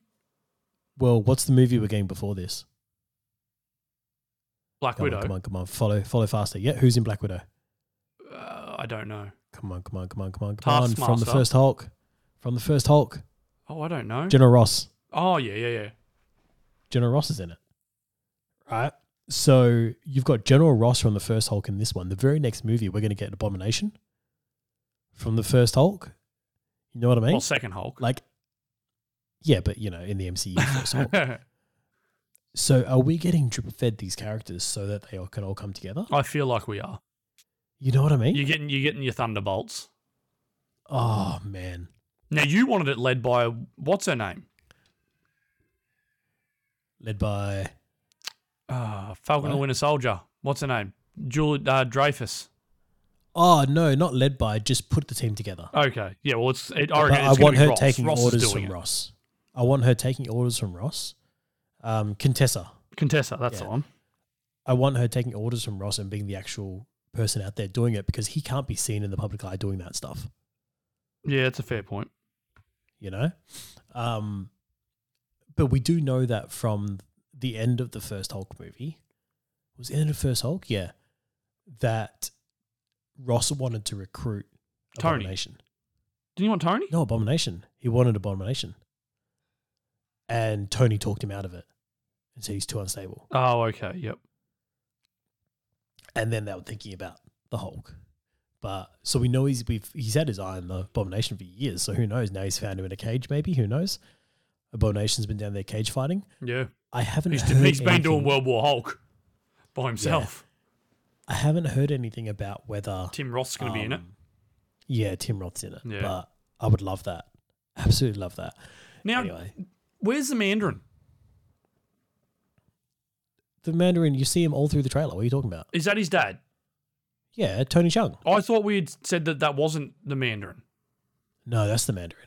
Speaker 1: Well, what's the movie we're getting before this?
Speaker 2: Black
Speaker 1: Come
Speaker 2: Widow.
Speaker 1: on, come on, come on. Follow, follow faster. Yeah, who's in Black Widow?
Speaker 2: Uh, I don't know.
Speaker 1: Come on, come on, come on, come on, come on. From the
Speaker 2: Taskmaster.
Speaker 1: first Hulk. From the first Hulk.
Speaker 2: Oh, I don't know.
Speaker 1: General Ross.
Speaker 2: oh yeah, yeah, yeah.
Speaker 1: General Ross is in it. Right? So you've got General Ross from the first Hulk in this one. The very next movie, we're going to get Abomination from the first Hulk. You know what I mean?
Speaker 2: Well, second Hulk.
Speaker 1: like, yeah, but you know, in the MCU first Hulk.
Speaker 2: I
Speaker 1: So are we getting drip fed these characters so that they all can all come together?
Speaker 2: feel like we are.
Speaker 1: You know what I mean?
Speaker 2: You're getting you're getting your thunderbolts.
Speaker 1: oh, man.
Speaker 2: Now you wanted it led by what's her name?
Speaker 1: Led by.
Speaker 2: Uh, Falcon and the
Speaker 1: What?
Speaker 2: Winter Soldier. What's her name? Julie uh, Dreyfus.
Speaker 1: Oh, no, not led by. Just put the team together.
Speaker 2: Okay. Yeah. Well, it's. It, I,
Speaker 1: But
Speaker 2: reckon
Speaker 1: I
Speaker 2: Oh, it's gonna
Speaker 1: want
Speaker 2: be
Speaker 1: her
Speaker 2: Ross.
Speaker 1: taking
Speaker 2: Ross is
Speaker 1: orders
Speaker 2: doing
Speaker 1: from
Speaker 2: it.
Speaker 1: Ross. I want her taking orders from Ross. Um, Contessa.
Speaker 2: Contessa. That's
Speaker 1: Yeah.
Speaker 2: the one.
Speaker 1: I want her taking orders from Ross and being the actual person out there doing it because he can't be seen in the public eye doing that stuff,
Speaker 2: Yeah, it's a fair point.
Speaker 1: you know? Um, but we do know that from the end of the first Hulk movie, was it the end of first Hulk? Yeah. That Ross wanted to recruit
Speaker 2: Tony.
Speaker 1: Abomination.
Speaker 2: Didn't you want Tony?
Speaker 1: No, Abomination. He wanted Abomination. And Tony talked him out of it and said he's too unstable.
Speaker 2: Oh, okay. Yep.
Speaker 1: and then they were thinking about the Hulk. But so we know he's we've, he's had his eye on the Abomination for years. So who knows? Now he's found him in a cage. Maybe who knows? Abomination's been down there cage fighting.
Speaker 2: Yeah.
Speaker 1: I haven't.
Speaker 2: He's,
Speaker 1: heard
Speaker 2: he's been doing
Speaker 1: anything-
Speaker 2: World War Hulk by himself.
Speaker 1: I haven't heard anything about whether
Speaker 2: Tim Roth's going to be in it.
Speaker 1: um, Yeah, Tim Roth's in it.
Speaker 2: Yeah.
Speaker 1: But I would love that. Absolutely love that.
Speaker 2: Now,
Speaker 1: Anyway,
Speaker 2: where's the Mandarin?
Speaker 1: the Mandarin. You see him all through the trailer. What are you talking about?
Speaker 2: Is that his dad?
Speaker 1: Yeah, Tony Chung.
Speaker 2: I thought we had said that that wasn't the Mandarin.
Speaker 1: No, that's the Mandarin.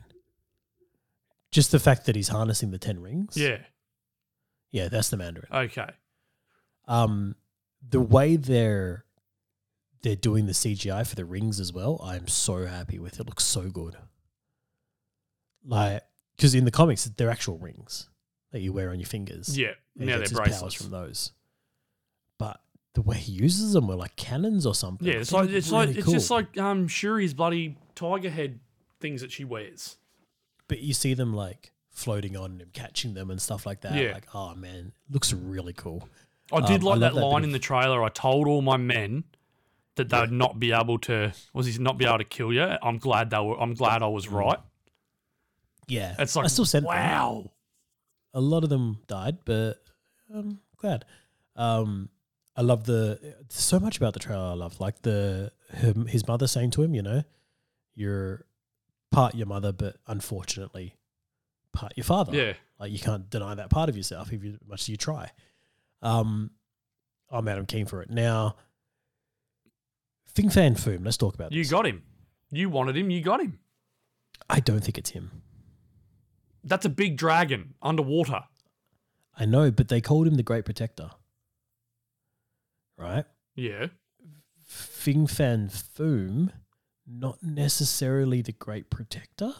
Speaker 1: Just the fact that he's harnessing the ten rings.
Speaker 2: Yeah.
Speaker 1: Yeah, that's the Mandarin.
Speaker 2: Okay.
Speaker 1: um the way they're they're doing the CGI for the rings as well. I'm so happy with it. Looks so good. Like because in the comics they're actual rings that you wear on your fingers.
Speaker 2: Yeah.
Speaker 1: And he
Speaker 2: Now they're
Speaker 1: gets his powers
Speaker 2: bracelets.
Speaker 1: from those. But the way he uses them were like cannons or something.
Speaker 2: Yeah, it's
Speaker 1: They
Speaker 2: like
Speaker 1: look
Speaker 2: it's like
Speaker 1: really
Speaker 2: it's just
Speaker 1: cool.
Speaker 2: like um Shuri's bloody tiger head things that she wears.
Speaker 1: But you see them like floating on and catching them and stuff like that.
Speaker 2: Yeah.
Speaker 1: Like, oh man, looks really cool.
Speaker 2: I did
Speaker 1: Um, I
Speaker 2: like
Speaker 1: love
Speaker 2: that,
Speaker 1: that bit
Speaker 2: line
Speaker 1: of-
Speaker 2: in the trailer. I told all my men that they would not be able to was he not be able to kill you. I'm glad they were I'm glad I was right.
Speaker 1: Yeah.
Speaker 2: It's like
Speaker 1: Mm. I still said wow.
Speaker 2: wow.
Speaker 1: a lot of them died, but I'm glad. Um, I love the so much about the trailer. I love like the her, his mother saying to him, you know, you're part your mother, but unfortunately, part your father.
Speaker 2: Yeah.
Speaker 1: Like you can't deny that part of yourself if you much as you try. Um, I'm Adam King for it. Now, Thing Fan Foom, let's talk about
Speaker 2: You
Speaker 1: this.
Speaker 2: got him. You wanted him. You got him.
Speaker 1: I don't think it's him.
Speaker 2: That's a big dragon underwater.
Speaker 1: I know, but they called him the Great Protector. Right?
Speaker 2: Yeah.
Speaker 1: Thing Fan Foom, not necessarily the Great Protector,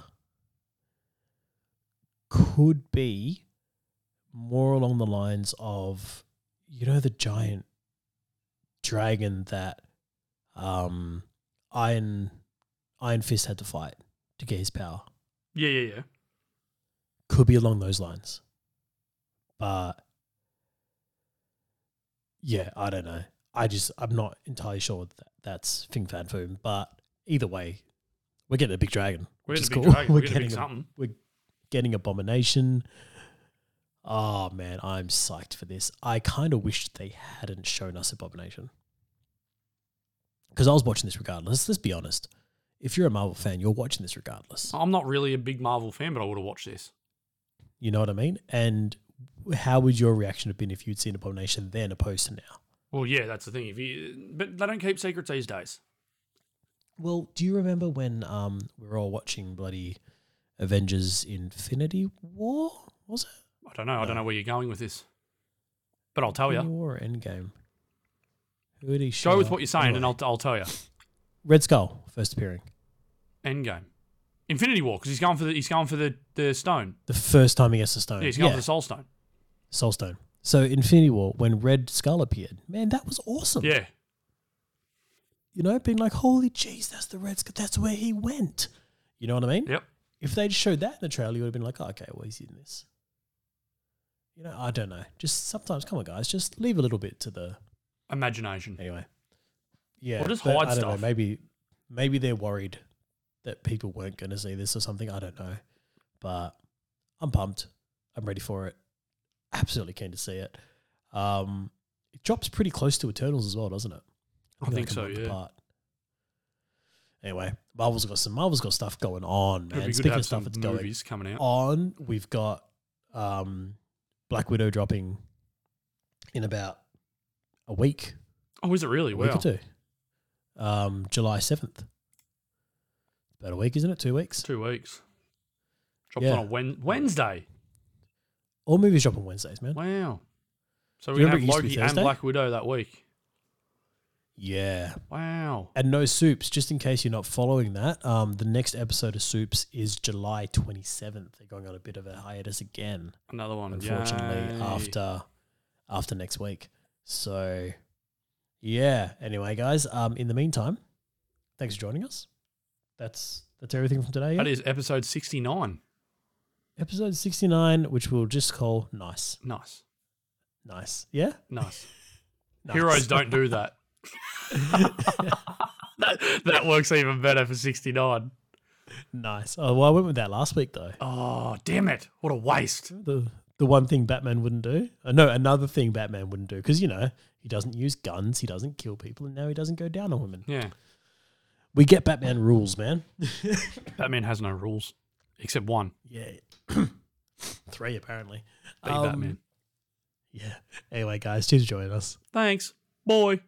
Speaker 1: could be more along the lines of, you know, the giant dragon that um, Iron Iron Fist had to fight to get his power.
Speaker 2: Yeah. Yeah. Yeah.
Speaker 1: Could be along those lines, but yeah, I don't know. I just I'm not entirely sure that that's Fing Fan Foom, but either way, we're getting a big dragon,
Speaker 2: We're
Speaker 1: which
Speaker 2: getting
Speaker 1: is
Speaker 2: a big
Speaker 1: cool.
Speaker 2: dragon. We're,
Speaker 1: we're
Speaker 2: getting a big
Speaker 1: getting a,
Speaker 2: something.
Speaker 1: getting Abomination. Oh man, I'm psyched for this. I kind of wish they hadn't shown us Abomination because I was watching this regardless. Let's be honest. If you're a Marvel fan, you're watching this regardless.
Speaker 2: I'm not really a big Marvel fan, but I would have watched this.
Speaker 1: You know what I mean? And how would your reaction have been if you'd seen Abomination then opposed to now?
Speaker 2: Well, yeah, that's the thing. If you, but they don't keep secrets these days.
Speaker 1: Well, do you remember when um, we were all watching bloody Avengers Infinity War? Was it?
Speaker 2: I don't know. I don't
Speaker 1: No.
Speaker 2: know where you're going with this, but I'll tell
Speaker 1: Infinity
Speaker 2: you.
Speaker 1: War or Endgame? Who did he
Speaker 2: Oh, Go
Speaker 1: show
Speaker 2: with
Speaker 1: up?
Speaker 2: what you're saying, and
Speaker 1: Anyway,
Speaker 2: I'll I'll tell you.
Speaker 1: Red Skull first appearing.
Speaker 2: Endgame, Infinity War, because he's going for the he's going for the the stone.
Speaker 1: The first time he gets the stone.
Speaker 2: Yeah, he's going for the Soul Stone.
Speaker 1: Soul Stone. So Infinity War, when Red Skull appeared, man, that was awesome.
Speaker 2: Yeah,
Speaker 1: You know, being like, holy jeez, that's the Red Skull. That's where he went. You know what I mean?
Speaker 2: yep.
Speaker 1: if they'd showed that in the trailer, you would have been like, oh, okay, well, he's in this. You know, I don't know. Just sometimes, come on, guys, just leave a little bit to the
Speaker 2: Imagination.
Speaker 1: anyway. Yeah,
Speaker 2: Or just
Speaker 1: but
Speaker 2: hide
Speaker 1: I don't
Speaker 2: stuff.
Speaker 1: Know, maybe, maybe they're worried that people weren't going to see this or something. I don't know, but I'm pumped. I'm ready for it. Absolutely keen to see it. Um, it drops pretty close to Eternals as well, doesn't it?
Speaker 2: I
Speaker 1: they're
Speaker 2: think
Speaker 1: like a
Speaker 2: so,
Speaker 1: month
Speaker 2: yeah.
Speaker 1: apart. Anyway, Marvel's got some Marvel's got stuff going on,
Speaker 2: It'd
Speaker 1: man.
Speaker 2: be good to
Speaker 1: Speaking
Speaker 2: have
Speaker 1: of stuff Oh,
Speaker 2: some
Speaker 1: that's going
Speaker 2: movies coming out.
Speaker 1: on. We've got um, Black Widow dropping in about a week,
Speaker 2: Oh, is it really?
Speaker 1: a week
Speaker 2: Wow.
Speaker 1: or two. Um, July seventh. About a week, isn't it? Two weeks.
Speaker 2: Two weeks. Dropped
Speaker 1: Yeah.
Speaker 2: on a Wen- Wednesday.
Speaker 1: All movies drop on Wednesdays, man.
Speaker 2: Wow. So
Speaker 1: Do you
Speaker 2: we're gonna
Speaker 1: remember
Speaker 2: have
Speaker 1: it used to be
Speaker 2: Loki and
Speaker 1: Thursday?
Speaker 2: Black Widow that week.
Speaker 1: Yeah,
Speaker 2: Wow.
Speaker 1: and no soups. Just in case you're not following that, um, the next episode of Soups is July twenty seventh. They're going on a bit of a hiatus again.
Speaker 2: Another one.
Speaker 1: unfortunately
Speaker 2: Yay.
Speaker 1: after after next week. So yeah. Anyway, guys, um in the meantime, thanks for joining us. That's that's everything from today.
Speaker 2: that
Speaker 1: yeah?
Speaker 2: is episode sixty nine.
Speaker 1: Episode 69, which we'll just call nice.
Speaker 2: Nice.
Speaker 1: Nice. Yeah?
Speaker 2: Nice.
Speaker 1: Nice.
Speaker 2: Heroes don't do that. that. That works even better for 69.
Speaker 1: nice. Oh well I went with that last week though.
Speaker 2: Oh, damn it. What a waste.
Speaker 1: The the one thing Batman wouldn't do. Uh, no, another thing Batman wouldn't do. Because you know, he doesn't use guns, he doesn't kill people, and now he doesn't go down on women.
Speaker 2: Yeah.
Speaker 1: We get Batman rules, man.
Speaker 2: Batman has no rules except one.
Speaker 1: Yeah. Three, apparently.
Speaker 2: Be
Speaker 1: Um,
Speaker 2: Batman.
Speaker 1: Yeah. Anyway, guys, cheers for joining us.
Speaker 2: Thanks. Boy.